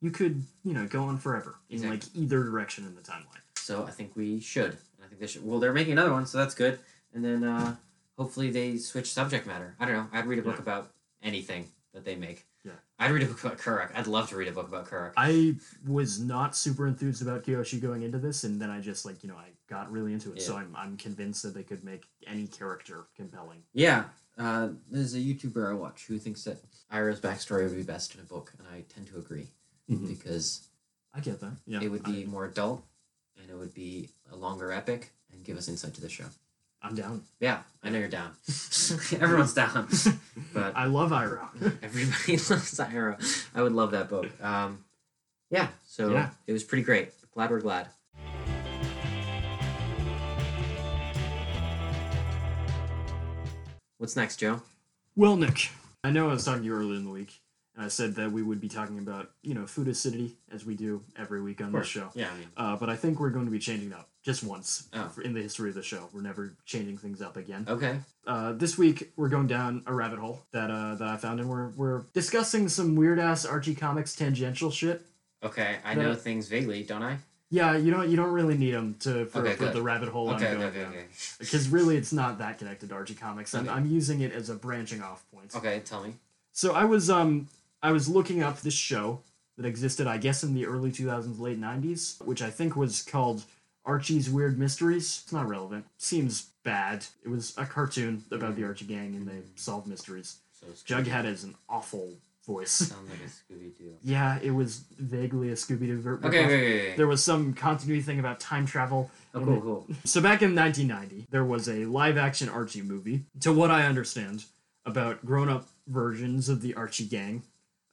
Speaker 2: You could you know go on forever in
Speaker 3: Exactly.
Speaker 2: like either direction in the timeline.
Speaker 3: so I think we should. And I think they should. Well, they're making another one, so that's good. And then uh, hopefully they switch subject matter. I don't know. I'd read a book
Speaker 2: Yeah.
Speaker 3: about anything that they make.
Speaker 2: Yeah.
Speaker 3: I'd read a book about Kurok. I'd love to read a book about Kurok.
Speaker 2: I was not super enthused about Kyoshi going into this, and then I just like you know I got really into it. So
Speaker 3: Yeah.
Speaker 2: I'm I'm convinced that they could make any character compelling.
Speaker 3: Yeah. Uh, there's a YouTuber I watch who thinks that Ira's backstory would be best in a book, and I tend to agree because
Speaker 2: I get that. Hmm. Yeah,
Speaker 3: Mm-hmm. it would be more adult and it would be a longer epic and give us insight to the show.
Speaker 2: I, am down.
Speaker 3: Yeah, I know you're down. Everyone's down, but
Speaker 2: I love Iroh.
Speaker 3: everybody loves Ira. I would love that book. Um, yeah, so
Speaker 2: Yeah.
Speaker 3: it was pretty great. Glad we're glad. What's next, Joe?
Speaker 2: well, Nick, I know I was talking to you earlier in the week And I said that we would be talking about, you know, food acidity as we do every week on this show.
Speaker 3: Yeah, I mean,
Speaker 2: Uh, but I think we're going to be changing up just once
Speaker 3: Oh.
Speaker 2: for- in the history of the show. We're never changing things up again.
Speaker 3: okay.
Speaker 2: Uh, this week we're going down a rabbit hole that uh, that I found, and we're we're discussing some weird ass Archie comics tangential shit.
Speaker 3: Okay, I
Speaker 2: No.
Speaker 3: know things vaguely, don't I?
Speaker 2: Yeah, you don't you don't really need them to for,
Speaker 3: Okay,
Speaker 2: for
Speaker 3: good.
Speaker 2: the rabbit hole
Speaker 3: Okay,
Speaker 2: I'm
Speaker 3: okay,
Speaker 2: going
Speaker 3: okay,
Speaker 2: down.
Speaker 3: okay.
Speaker 2: Because really, it's not that connected to Archie comics. I'm,
Speaker 3: Okay.
Speaker 2: I'm using it as a branching off point.
Speaker 3: Okay, tell me.
Speaker 2: So I was um I was looking up this show that existed, I guess, in the early 2000s, late 90s, which I think was called Archie's Weird Mysteries. It's not relevant. Seems bad. It was a cartoon about the Archie gang, and they solved mysteries.
Speaker 3: So Scoo-
Speaker 2: Jughead has an awful voice.
Speaker 3: sounds like a Scooby Doo.
Speaker 2: Yeah, it was vaguely a Scooby Doo. ver-
Speaker 3: Okay, okay,
Speaker 2: ripoff.
Speaker 3: okay, okay.
Speaker 2: There was some continuity thing about time travel.
Speaker 3: Oh,
Speaker 2: and
Speaker 3: cool,
Speaker 2: it-
Speaker 3: cool.
Speaker 2: so back in 1990, there was a live-action Archie movie. To what I understand, about grown-up versions of the Archie gang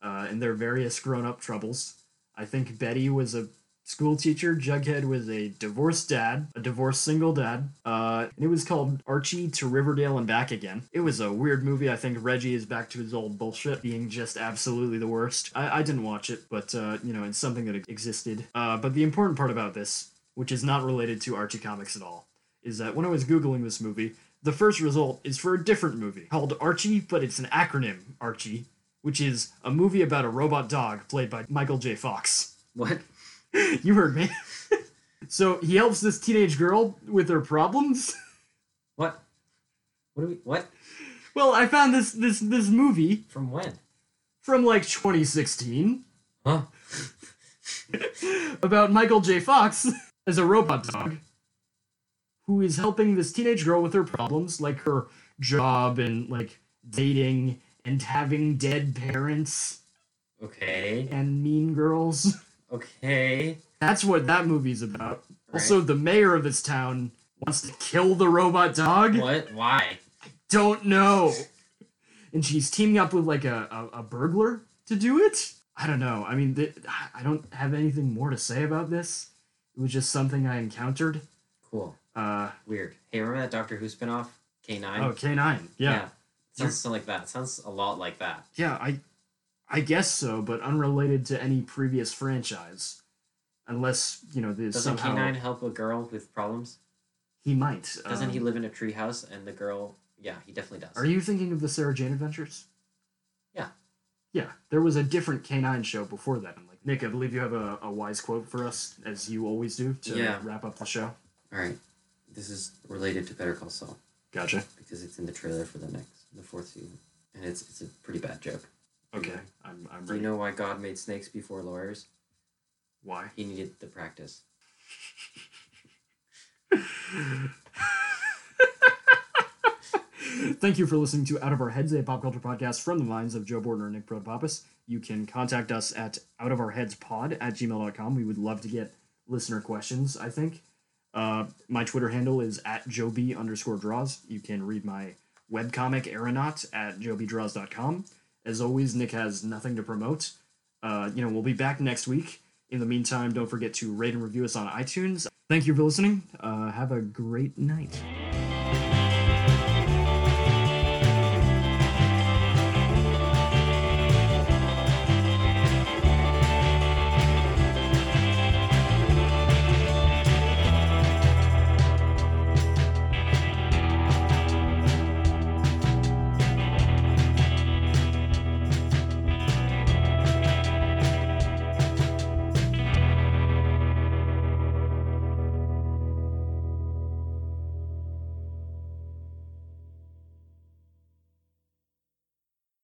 Speaker 2: uh, and their various grown-up troubles. I think Betty was a school teacher. Jughead was a divorced dad, a divorced single dad. Uh, and it was called Archie to Riverdale and Back Again. It was a weird movie. I think Reggie is back to his old bullshit, being just absolutely the worst. I, I didn't watch it, but, uh, you know, it's something that existed. Uh, but the important part about this, which is not related to Archie comics at all, is that when I was Googling this movie, the first result is for a different movie called Archie, but it's an acronym, Archie, which is a movie about a robot dog played by Michael J. Fox
Speaker 3: What?
Speaker 2: you heard me. so he helps this teenage girl with her problems.
Speaker 3: What? What do we? What?
Speaker 2: Well, I found this this this movie
Speaker 3: From when?
Speaker 2: from like 2016
Speaker 3: Huh?
Speaker 2: about Michael J. Fox as a robot dog who is helping this teenage girl with her problems, like her job and like dating and having dead parents
Speaker 3: Okay.
Speaker 2: and mean girls.
Speaker 3: Okay.
Speaker 2: That's what that movie's about. Also, the mayor of this town wants to kill the robot dog.
Speaker 3: What? Why?
Speaker 2: don't know. And she's teaming up with like a, a, a burglar to do it. I don't know. I mean, th- I don't have anything more to say about this. It was just something I encountered.
Speaker 3: Cool.
Speaker 2: Uh,
Speaker 3: Weird. Hey, remember that Doctor Who spinoff? K nine.
Speaker 2: oh, K9. Yeah. yeah.
Speaker 3: Sounds something like that. Sounds a lot like that.
Speaker 2: I I guess so, but unrelated to any previous franchise. Unless, you know, there's
Speaker 3: Doesn't
Speaker 2: somehow
Speaker 3: K9 help a girl with problems?
Speaker 2: he might.
Speaker 3: Doesn't he
Speaker 2: Um,
Speaker 3: live in a treehouse and the girl? Yeah, he definitely does.
Speaker 2: Are you thinking of the Sarah Jane Adventures?
Speaker 3: Yeah.
Speaker 2: Yeah. There was a different K9 show before that. And like Nick, I believe you have a, a wise quote for us, as you always do, to
Speaker 3: Yeah.
Speaker 2: wrap up the show.
Speaker 3: All right. This is related to Better Call Saul
Speaker 2: Gotcha.
Speaker 3: because it's in the trailer for the next, the fourth season, and it's it's a pretty bad joke.
Speaker 2: Okay. I'm I'm
Speaker 3: Mm-hmm. Do you
Speaker 2: ready.
Speaker 3: know why God made snakes before lawyers?
Speaker 2: Why?
Speaker 3: He needed the practice.
Speaker 2: Thank you for listening to Out of Our Heads, a pop culture podcast from the minds of Joe Bordner and Nick Prodpappas. You can contact us at outofourheadspod at gmail.com. We would love to get listener questions, I think. Uh, my Twitter handle is at job underscore draws. You can read my webcomic aeronaut at jobdraws.com. As always, Nick has nothing to promote. Uh, you know, we'll be back next week. In the meantime, don't forget to rate and review us on iTunes. Thank you for listening. Uh, have a great night.